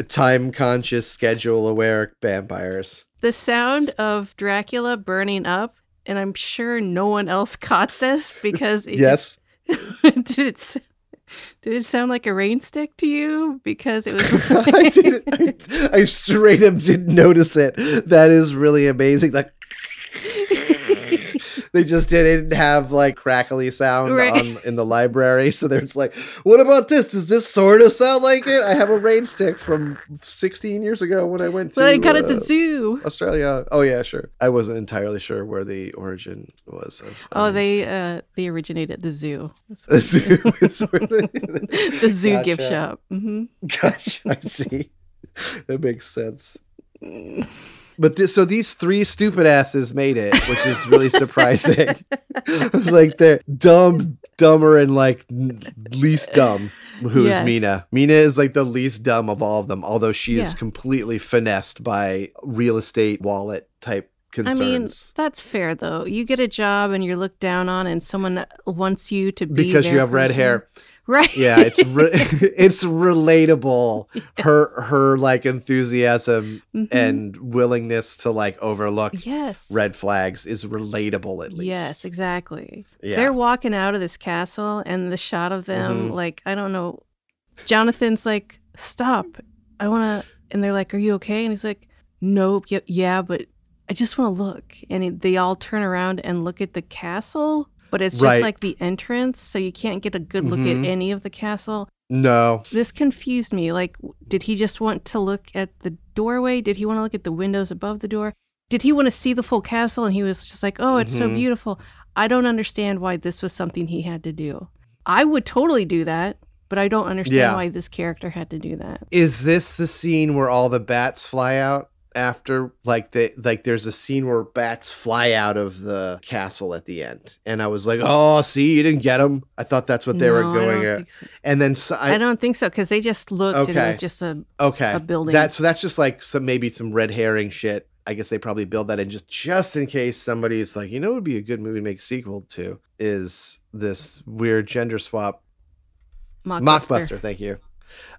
[SPEAKER 3] time conscious, schedule aware vampires.
[SPEAKER 2] The sound of Dracula burning up, and I'm sure no one else caught this because it
[SPEAKER 3] yes.
[SPEAKER 2] just- did it s- did it sound like a rain stick to you? Because it was
[SPEAKER 3] I, did, I, I straight up didn't notice it. That is really amazing. Like they just didn't have like crackly sound
[SPEAKER 2] Right.
[SPEAKER 3] on in the library, so they're just like, "What about this? Does this sort of sound like it?" I have a rain stick from 16 years ago when I went to.
[SPEAKER 2] well, I got at
[SPEAKER 3] uh,
[SPEAKER 2] the zoo.
[SPEAKER 3] Australia. Oh yeah, sure. I wasn't entirely sure where the origin was. Of um,
[SPEAKER 2] Oh, they uh, they originated at the zoo. That's
[SPEAKER 3] the
[SPEAKER 2] what-
[SPEAKER 3] zoo. is where they-
[SPEAKER 2] the zoo gift
[SPEAKER 3] Gotcha.
[SPEAKER 2] shop. hmm
[SPEAKER 3] Gosh, I see. That makes sense.
[SPEAKER 2] Mm-hmm.
[SPEAKER 3] But this, so these three stupid asses made it, which is really surprising. it was like they're dumb, dumber, and like n- least dumb. Who is
[SPEAKER 2] Yes.
[SPEAKER 3] Mina? Mina is like the least dumb of all of them, although she is
[SPEAKER 2] Yeah.
[SPEAKER 3] completely finessed by real estate wallet type
[SPEAKER 2] I
[SPEAKER 3] concerns.
[SPEAKER 2] mean, that's fair though. You get a job and you're looked down on, and someone wants you to be
[SPEAKER 3] because you
[SPEAKER 2] their
[SPEAKER 3] have red
[SPEAKER 2] person.
[SPEAKER 3] hair.
[SPEAKER 2] Right.
[SPEAKER 3] Yeah, it's re- it's relatable. Her her like enthusiasm
[SPEAKER 2] Mhm.
[SPEAKER 3] and willingness to like overlook
[SPEAKER 2] yes.
[SPEAKER 3] red flags is relatable at least.
[SPEAKER 2] Yes, exactly.
[SPEAKER 3] Yeah.
[SPEAKER 2] They're walking out of this castle, and the shot of them,
[SPEAKER 3] Mhm.
[SPEAKER 2] like, I don't know. Jonathan's like, stop. I want to. And they're like, are you okay? And he's like, nope. Yeah, yeah but I just want to look. And he- they all turn around and look at the castle, but it's just
[SPEAKER 3] Right.
[SPEAKER 2] like the entrance. So you can't get a good look
[SPEAKER 3] Mhm.
[SPEAKER 2] at any of the castle.
[SPEAKER 3] no.
[SPEAKER 2] This confused me. Like, w- did he just want to look at the doorway? Did he want to look at the windows above the door? Did he want to see the full castle? And he was just like, oh, it's so
[SPEAKER 3] Mhm.
[SPEAKER 2] beautiful. I don't understand why this was something he had to do. I would totally do that, but I don't understand
[SPEAKER 3] Yeah.
[SPEAKER 2] why this character had to do that.
[SPEAKER 3] Is this the scene where all the bats fly out after like they like there's a scene where bats fly out of the castle at the end. And I was like, "Oh, see, you didn't get them." I thought that's what they were
[SPEAKER 2] No, I
[SPEAKER 3] going
[SPEAKER 2] don't
[SPEAKER 3] at.
[SPEAKER 2] think so.
[SPEAKER 3] And then so,
[SPEAKER 2] I,
[SPEAKER 3] I,
[SPEAKER 2] don't think so because they just looked and it was
[SPEAKER 3] Okay.
[SPEAKER 2] just a
[SPEAKER 3] okay.
[SPEAKER 2] a building.
[SPEAKER 3] That so that's just like some maybe some red herring shit. I guess they probably build that in just just in case somebody's like, you know, it would be a good movie to make a sequel to is this weird gender swap mockbuster. thank you.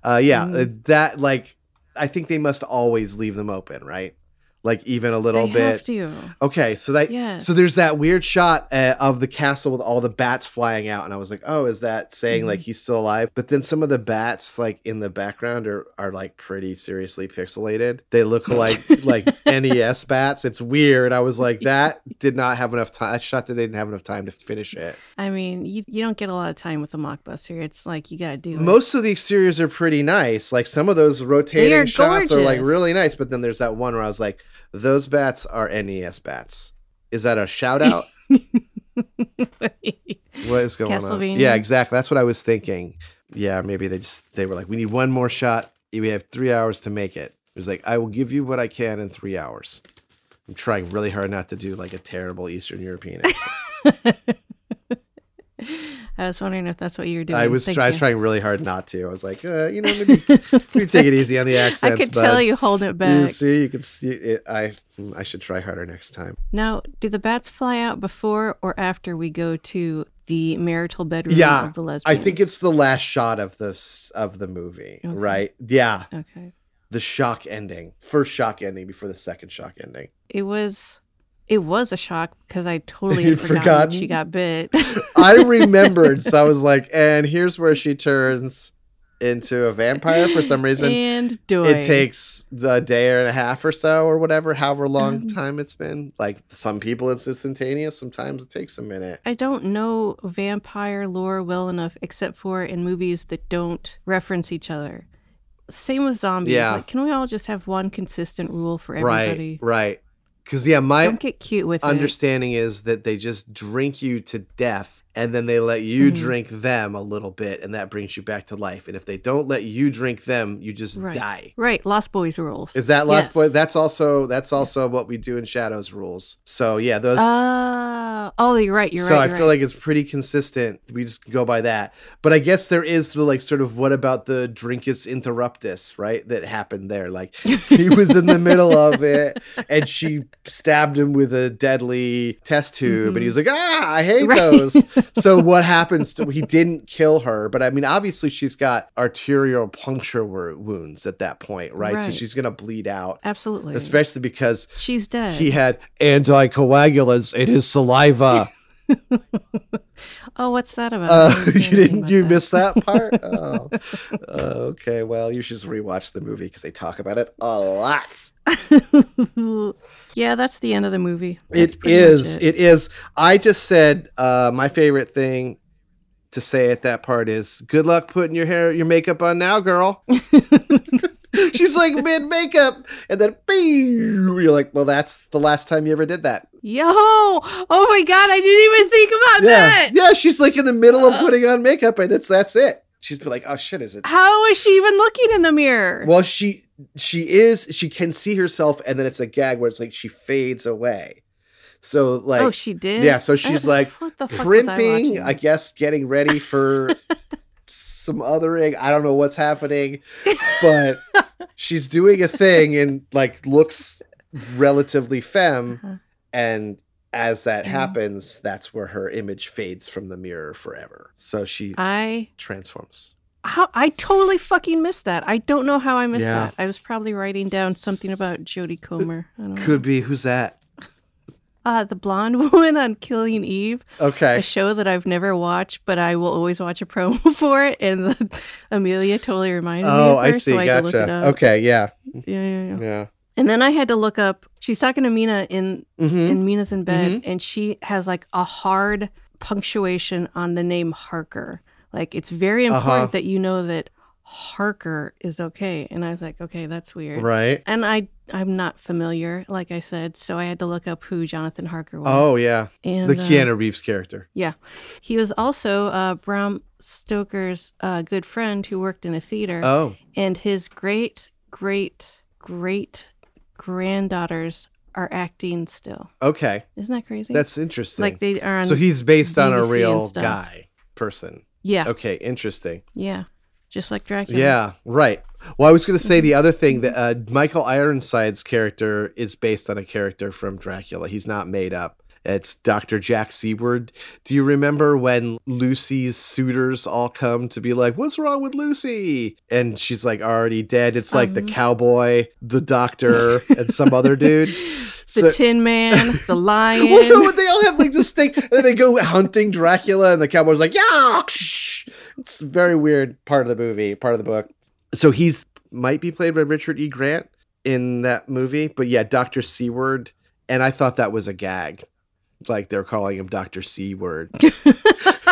[SPEAKER 3] Uh, yeah,
[SPEAKER 2] Mm.
[SPEAKER 3] uh, that like I think they must always leave them open, right? Like even a
[SPEAKER 2] They
[SPEAKER 3] little
[SPEAKER 2] have
[SPEAKER 3] bit.
[SPEAKER 2] to.
[SPEAKER 3] Okay, so that
[SPEAKER 2] Yeah.
[SPEAKER 3] so there's that weird shot uh, of the castle with all the bats flying out, and I was like, "Oh, is that saying
[SPEAKER 2] Mm-hmm.
[SPEAKER 3] like he's still alive?" But then some of the bats, like in the background, are are like pretty seriously pixelated. They look like like NES bats. It's weird. I was like, that did not have enough time. That shot that they didn't have enough time to finish it.
[SPEAKER 2] I mean, you, you don't get a lot of time with a mockbuster. It's like you got to do it.
[SPEAKER 3] Most of the exteriors are pretty nice. Like some of those rotating
[SPEAKER 2] are
[SPEAKER 3] shots are like
[SPEAKER 2] gorgeous.
[SPEAKER 3] really nice, but then there's that one where I was like, "Those bats are NES bats." Is that a shout out? What is going
[SPEAKER 2] Castlevania.
[SPEAKER 3] on? Yeah, exactly. That's what I was thinking. Yeah, maybe they just they were like, we need one more shot. We have three hours to make it. It was like, I will give you what I can in three hours. I'm trying really hard not to do like a terrible Eastern European. accent.
[SPEAKER 2] I was wondering if that's what you were doing.
[SPEAKER 3] I was
[SPEAKER 2] Thank
[SPEAKER 3] try, I was
[SPEAKER 2] you.
[SPEAKER 3] trying really hard not to. I was like, uh, you know, maybe, maybe take it easy on the
[SPEAKER 2] I
[SPEAKER 3] accents.
[SPEAKER 2] could
[SPEAKER 3] but
[SPEAKER 2] tell you holding it
[SPEAKER 3] You
[SPEAKER 2] back.
[SPEAKER 3] see, you can see it. I I should try harder next time.
[SPEAKER 2] Now, do the bats fly out before or after we go to the marital bedroom
[SPEAKER 3] Yeah,
[SPEAKER 2] of the
[SPEAKER 3] I
[SPEAKER 2] lesbian?
[SPEAKER 3] think it's the last shot of this of the movie,
[SPEAKER 2] Okay.
[SPEAKER 3] right? Yeah,
[SPEAKER 2] okay.
[SPEAKER 3] the shock ending, first shock ending before the second shock ending.
[SPEAKER 2] It was, it was a shock because I totally
[SPEAKER 3] You'd
[SPEAKER 2] had forgotten that she got
[SPEAKER 3] forgotten?
[SPEAKER 2] bit.
[SPEAKER 3] I remembered, so I was like, and here's where she turns into a vampire for some reason.
[SPEAKER 2] and do
[SPEAKER 3] It takes a day and a half or so, or whatever, however long
[SPEAKER 2] Um,
[SPEAKER 3] time it's been. Like some people, it's instantaneous. Sometimes it takes a minute.
[SPEAKER 2] I don't know vampire lore well enough, except for in movies that don't reference each other. Same with zombies.
[SPEAKER 3] Yeah.
[SPEAKER 2] Like, can we all just have one consistent rule for everybody?
[SPEAKER 3] Right, right. Because yeah, my
[SPEAKER 2] don't get cute with it.
[SPEAKER 3] understanding is that they just drink you to death, and then they let you
[SPEAKER 2] Mhm.
[SPEAKER 3] drink them a little bit, and that brings you back to life. And if they don't let you drink them, you just
[SPEAKER 2] Right.
[SPEAKER 3] die.
[SPEAKER 2] Right, Lost Boys rules.
[SPEAKER 3] Is that Lost
[SPEAKER 2] Yes.
[SPEAKER 3] Boy? That's also that's also what we do in Shadows rules. So yeah, those.
[SPEAKER 2] Uh, oh, you're right. Oh, You're
[SPEAKER 3] so
[SPEAKER 2] right.
[SPEAKER 3] I
[SPEAKER 2] you're
[SPEAKER 3] feel
[SPEAKER 2] right.
[SPEAKER 3] like it's pretty consistent. We just go by that. But I guess there is the like sort of what about the drinkus interruptus, right? That happened there. Like he was in the middle of it, and she stabbed him with a deadly test tube, and he was like, "Ah, I hate
[SPEAKER 2] Mm-hmm. Right.
[SPEAKER 3] those." So what happens? To, he didn't kill her, but I mean, obviously she's got arterial puncture wo- wounds at that point, right? So
[SPEAKER 2] Right.
[SPEAKER 3] she's gonna bleed out
[SPEAKER 2] Absolutely.
[SPEAKER 3] especially because
[SPEAKER 2] She's dead.
[SPEAKER 3] he had anticoagulants in his saliva.
[SPEAKER 2] oh, what's that about? I
[SPEAKER 3] Uh,
[SPEAKER 2] wasn't
[SPEAKER 3] you
[SPEAKER 2] thinking
[SPEAKER 3] didn't
[SPEAKER 2] about
[SPEAKER 3] you
[SPEAKER 2] that.
[SPEAKER 3] miss that part? Oh. okay, well, you should just rewatch the movie because they talk about it a lot.
[SPEAKER 2] yeah, that's the end of the movie. That's
[SPEAKER 3] It
[SPEAKER 2] pretty much
[SPEAKER 3] is. It is. I just said uh, my favorite thing to say at that part is good luck putting your hair your makeup on now, girl. She's like mid makeup, and then "Pew!" you're like, well, that's the last time you ever did that.
[SPEAKER 2] Yo! Oh my God! I didn't even think about
[SPEAKER 3] Yeah.
[SPEAKER 2] that. Uh,
[SPEAKER 3] Yeah, she's like in the middle of putting on makeup and that's that's it. She's been like, oh shit, is it?
[SPEAKER 2] How is she even looking in the mirror?
[SPEAKER 3] Well, she she is she can see herself and then it's a gag where it's like she fades away. So like
[SPEAKER 2] oh, she did.
[SPEAKER 3] yeah, so she's
[SPEAKER 2] I-
[SPEAKER 3] like
[SPEAKER 2] what the fuck was I
[SPEAKER 3] primping,
[SPEAKER 2] watching?
[SPEAKER 3] I, guess getting ready for some othering. I don't know what's happening, but she's doing a thing and like looks relatively femme
[SPEAKER 2] Uh-huh.
[SPEAKER 3] and as that happens, that's where her image fades from the mirror forever. So she
[SPEAKER 2] I
[SPEAKER 3] transforms.
[SPEAKER 2] how I totally fucking missed that. I don't know how I missed
[SPEAKER 3] Yeah.
[SPEAKER 2] that. I was probably writing down something about Jodie Comer. I don't know.
[SPEAKER 3] Mm. Could be who's that?
[SPEAKER 2] Uh, the blonde woman on Killing Eve, a
[SPEAKER 3] Okay.
[SPEAKER 2] show that I've never watched, but I will always watch a promo for it. And the, Amelia totally reminded me
[SPEAKER 3] Oh,
[SPEAKER 2] of her,
[SPEAKER 3] I see.
[SPEAKER 2] so I had to look it
[SPEAKER 3] Gotcha.
[SPEAKER 2] up.
[SPEAKER 3] Okay. Yeah.
[SPEAKER 2] Yeah, yeah, yeah.
[SPEAKER 3] Yeah.
[SPEAKER 2] And then I had to look up. She's talking to Mina in
[SPEAKER 3] Mm-hmm.
[SPEAKER 2] and Mina's in bed, and she has like a hard punctuation on the name Harker. Like it's very important
[SPEAKER 3] Uh-huh.
[SPEAKER 2] that you know that Harker is okay. And I was like, okay, that's weird.
[SPEAKER 3] Right.
[SPEAKER 2] And I I'm not familiar, like I said, so I had to look up who Jonathan Harker was.
[SPEAKER 3] Oh yeah.
[SPEAKER 2] and
[SPEAKER 3] The
[SPEAKER 2] uh,
[SPEAKER 3] Keanu Reeves character.
[SPEAKER 2] he was also uh, Bram Stoker's uh, good friend who worked in a theater,
[SPEAKER 3] Oh.
[SPEAKER 2] and his great great great granddaughters are acting still.
[SPEAKER 3] Okay.
[SPEAKER 2] Isn't that crazy?
[SPEAKER 3] That's interesting.
[SPEAKER 2] like they are on
[SPEAKER 3] so he's based on a
[SPEAKER 2] BBC and
[SPEAKER 3] real
[SPEAKER 2] stuff.
[SPEAKER 3] guy person.
[SPEAKER 2] yeah
[SPEAKER 3] Okay. Interesting.
[SPEAKER 2] Yeah. Just like
[SPEAKER 3] Yeah.
[SPEAKER 2] Dracula.
[SPEAKER 3] right. Well, I was going to say the other thing that uh, Michael Ironside's character is based on a character from Dracula. He's not made up. It's Dr. Jack Seward. Do you remember when Lucy's suitors all come to be like, "What's wrong with Lucy?" And she's like, "Already dead." It's like the
[SPEAKER 2] Um.
[SPEAKER 3] cowboy, the doctor, and some other dude.
[SPEAKER 2] The Tin Man, the Lion.
[SPEAKER 3] Well, no, but they all have like this thing, and they go hunting Dracula, and the cowboy's like, "Yeah!" It's a very weird part of the movie, part of the book. So he's might be played by Richard E. Grant in that movie, but yeah, Doctor C word, and I thought that was a gag, like they're calling him Doctor C word.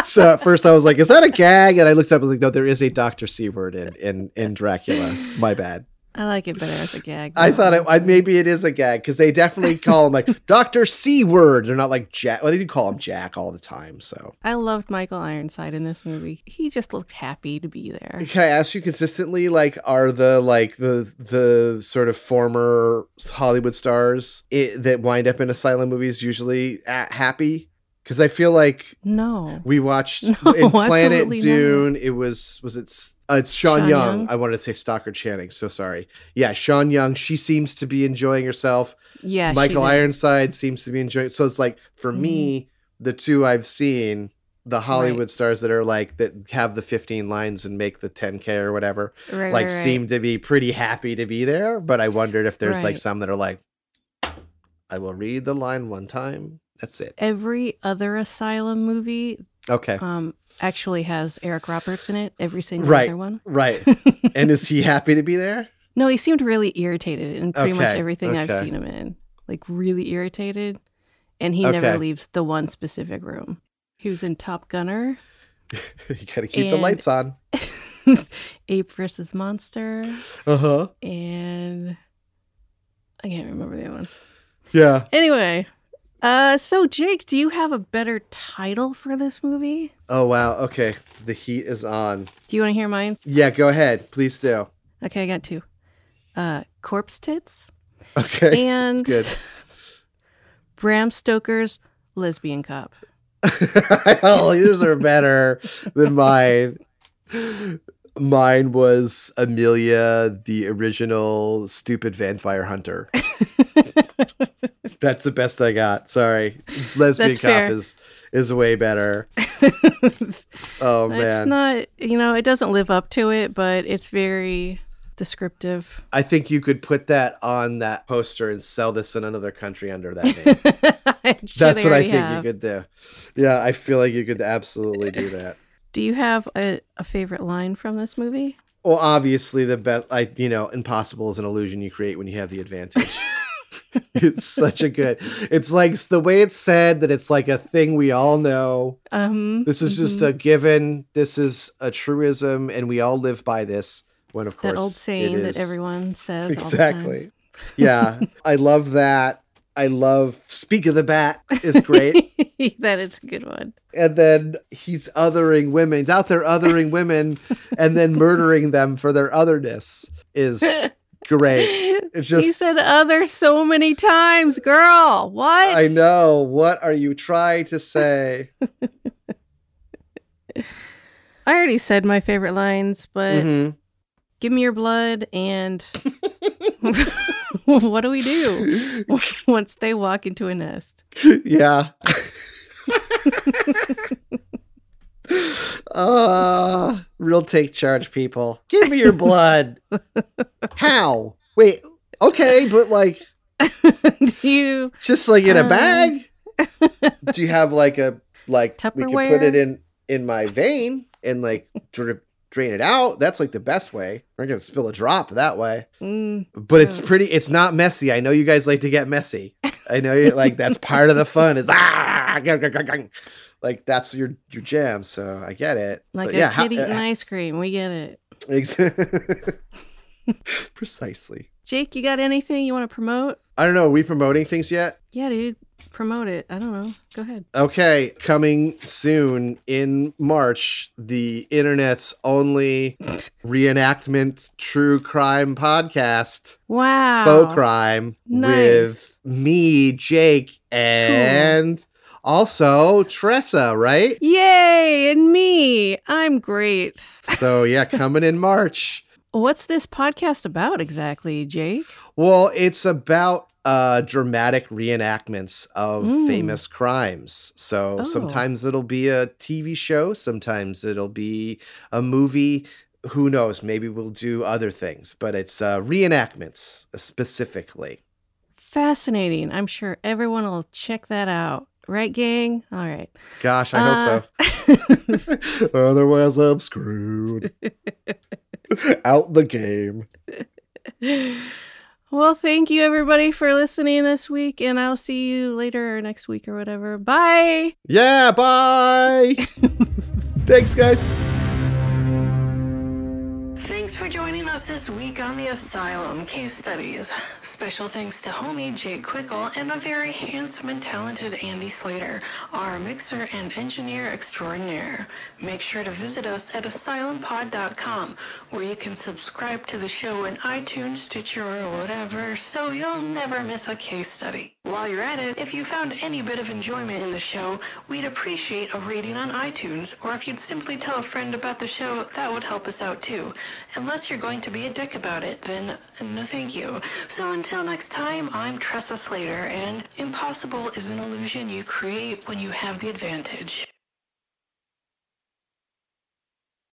[SPEAKER 3] so at first I was like, "Is that a gag?" And I looked up, I was like, "No, there is a Doctor C word in in in Dracula." My bad.
[SPEAKER 2] I like it better as a gag.
[SPEAKER 3] I
[SPEAKER 2] though.
[SPEAKER 3] thought it, I, maybe it is a gag because they definitely call him like Doctor C word. They're not like Jack. Well, they do call him Jack all the time. So
[SPEAKER 2] I loved Michael Ironside in this movie. He just looked happy to be there.
[SPEAKER 3] can I ask you consistently like are the like the the sort of former Hollywood stars i that wind up in asylum movies usually a happy? Because I feel like
[SPEAKER 2] No.
[SPEAKER 3] we watched
[SPEAKER 2] No,
[SPEAKER 3] in Planet
[SPEAKER 2] absolutely not.
[SPEAKER 3] Dune. It was was it s- uh, it's Sean,
[SPEAKER 2] Sean
[SPEAKER 3] Young.
[SPEAKER 2] Young?
[SPEAKER 3] I wanted to say Stalker Channing. So sorry. Yeah, Sean Young. She seems to be enjoying herself.
[SPEAKER 2] Yeah. she
[SPEAKER 3] Michael
[SPEAKER 2] did. Mm-hmm.
[SPEAKER 3] Ironside seems to be enjoying. So it's like for me, the two I've seen, the Hollywood
[SPEAKER 2] Right.
[SPEAKER 3] stars that are like that have the 15 lines and make the 10k or whatever,
[SPEAKER 2] Right,
[SPEAKER 3] like
[SPEAKER 2] right, right.
[SPEAKER 3] seem to be pretty happy to be there. But I wondered if there's like
[SPEAKER 2] Right.
[SPEAKER 3] some that are like, I will read the line one time. That's it.
[SPEAKER 2] Every other asylum movie
[SPEAKER 3] Okay,
[SPEAKER 2] um, actually has Eric Roberts in it. Every single
[SPEAKER 3] Right.
[SPEAKER 2] other one.
[SPEAKER 3] right. and is he happy to be there?
[SPEAKER 2] No, he seemed really irritated in pretty much
[SPEAKER 3] Okay,
[SPEAKER 2] everything I've
[SPEAKER 3] okay.
[SPEAKER 2] seen him in. Like really irritated. And he never
[SPEAKER 3] Okay.
[SPEAKER 2] leaves the one specific room. He was in Top Gunner.
[SPEAKER 3] you gotta keep the
[SPEAKER 2] And-
[SPEAKER 3] lights on.
[SPEAKER 2] Ape versus Monster,
[SPEAKER 3] Uh huh.
[SPEAKER 2] and I can't remember the other ones.
[SPEAKER 3] Yeah.
[SPEAKER 2] Anyway, uh, so Jake, do you have a better title for this movie?
[SPEAKER 3] Oh wow. Okay. The heat is on.
[SPEAKER 2] Do you want to hear mine?
[SPEAKER 3] Yeah. Go ahead. Please do.
[SPEAKER 2] Okay, I got two. Uh, corpse tits
[SPEAKER 3] Okay.
[SPEAKER 2] and
[SPEAKER 3] It's good.
[SPEAKER 2] Bram Stoker's lesbian cop.
[SPEAKER 3] Hell, yours are better than mine. Mine was Amelia, the original stupid vampire hunter. That's the best I got. Sorry, lesbian
[SPEAKER 2] That's
[SPEAKER 3] cop
[SPEAKER 2] fair.
[SPEAKER 3] is is way better. Oh
[SPEAKER 2] It's
[SPEAKER 3] man,
[SPEAKER 2] not, you know, it doesn't live up to it, but it's very descriptive.
[SPEAKER 3] I think you could put that on that poster and sell this in another country under that name. That's what I think you could do. Yeah, I feel like you could absolutely do that.
[SPEAKER 2] Do you have a, a favorite line from this movie?
[SPEAKER 3] Well, obviously, the best, I you know, impossible is an illusion you create when you have the advantage. it's such a good. It's like it's the way it's said that it's like a thing we all know.
[SPEAKER 2] Um,
[SPEAKER 3] This is just a given. This is a truism, and we all live by this. When of course
[SPEAKER 2] that old saying
[SPEAKER 3] it
[SPEAKER 2] that
[SPEAKER 3] is-
[SPEAKER 2] everyone says
[SPEAKER 3] exactly. yeah, I love that. I love speak of the bat is
[SPEAKER 2] All
[SPEAKER 3] great.
[SPEAKER 2] the time. that is a good one.
[SPEAKER 3] and then he's othering women he's out there othering women and then murdering them for their otherness is great it's
[SPEAKER 2] he
[SPEAKER 3] just
[SPEAKER 2] said other so many times, girl. What?
[SPEAKER 3] i know what are you trying to say
[SPEAKER 2] I already said my favorite lines, but
[SPEAKER 3] Mhm.
[SPEAKER 2] give me your blood and what do we do once they walk into a nest?
[SPEAKER 3] Mm-hmm. yeah. uh, real take charge people. Give me your blood. How? Wait, okay, but like
[SPEAKER 2] do you
[SPEAKER 3] just like in a
[SPEAKER 2] Um,
[SPEAKER 3] bag? Do you have like a like we can put
[SPEAKER 2] Tupperware?
[SPEAKER 3] it in in my vein and like drip drain it out? That's like the best way. We're not gonna spill a drop that way.
[SPEAKER 2] mm,
[SPEAKER 3] But it's
[SPEAKER 2] Yeah.
[SPEAKER 3] pretty. It's not messy. I know you guys like to get messy. I know you like that's part of the fun. Is ah, gung, gung, gung, gung. like that's your your jam. So I get it.
[SPEAKER 2] like
[SPEAKER 3] But
[SPEAKER 2] a
[SPEAKER 3] yeah, how-
[SPEAKER 2] kid eating
[SPEAKER 3] uh,
[SPEAKER 2] ice cream? We get it.
[SPEAKER 3] ex- precisely.
[SPEAKER 2] Jake, you got anything you want to promote?
[SPEAKER 3] I don't know. Are we promoting things yet?
[SPEAKER 2] Yeah, dude, promote it. I don't know. Go ahead.
[SPEAKER 3] Okay, coming soon in March, the internet's only reenactment true crime podcast,
[SPEAKER 2] Wow.
[SPEAKER 3] faux crime,
[SPEAKER 2] Oh, Nice.
[SPEAKER 3] with me, Jake, and also Tressa, right?
[SPEAKER 2] Yay, and me. I'm great.
[SPEAKER 3] So, yeah, coming in March.
[SPEAKER 2] What's this podcast about exactly, Jake?
[SPEAKER 3] Well, it's about uh, dramatic reenactments of
[SPEAKER 2] Mm.
[SPEAKER 3] famous crimes. So
[SPEAKER 2] Oh.
[SPEAKER 3] sometimes it'll be a TV show, sometimes it'll be a movie. Who knows? Maybe we'll do other things, but it's uh, reenactments uh, specifically.
[SPEAKER 2] Fascinating. I'm sure everyone will check that out. Right, gang? All right. Uh,
[SPEAKER 3] Gosh, I hope so. Otherwise, I'm screwed. Out the game.
[SPEAKER 2] Well, thank you everybody for listening this week, and I'll see you later or next week or whatever. Bye.
[SPEAKER 3] Yeah, bye. Thanks, guys.
[SPEAKER 1] Thanks for joining us this week on the Asylum Case Studies. Special thanks to homie Jake Quickle and the very handsome and talented Andy Slater, our mixer and engineer extraordinaire. Make sure to visit us at asylumpod.com, where you can subscribe to the show in iTunes, Stitcher, or whatever, so you'll never miss a case study. While you're at it, if you found any bit of enjoyment in the show, we'd appreciate a rating on iTunes, or if you'd simply tell a friend about the show, that would help us out too. Unless you're going to be a dick about it, then no thank you. So until next time, I'm Tressa Slater, and impossible is an illusion you create when you have the advantage.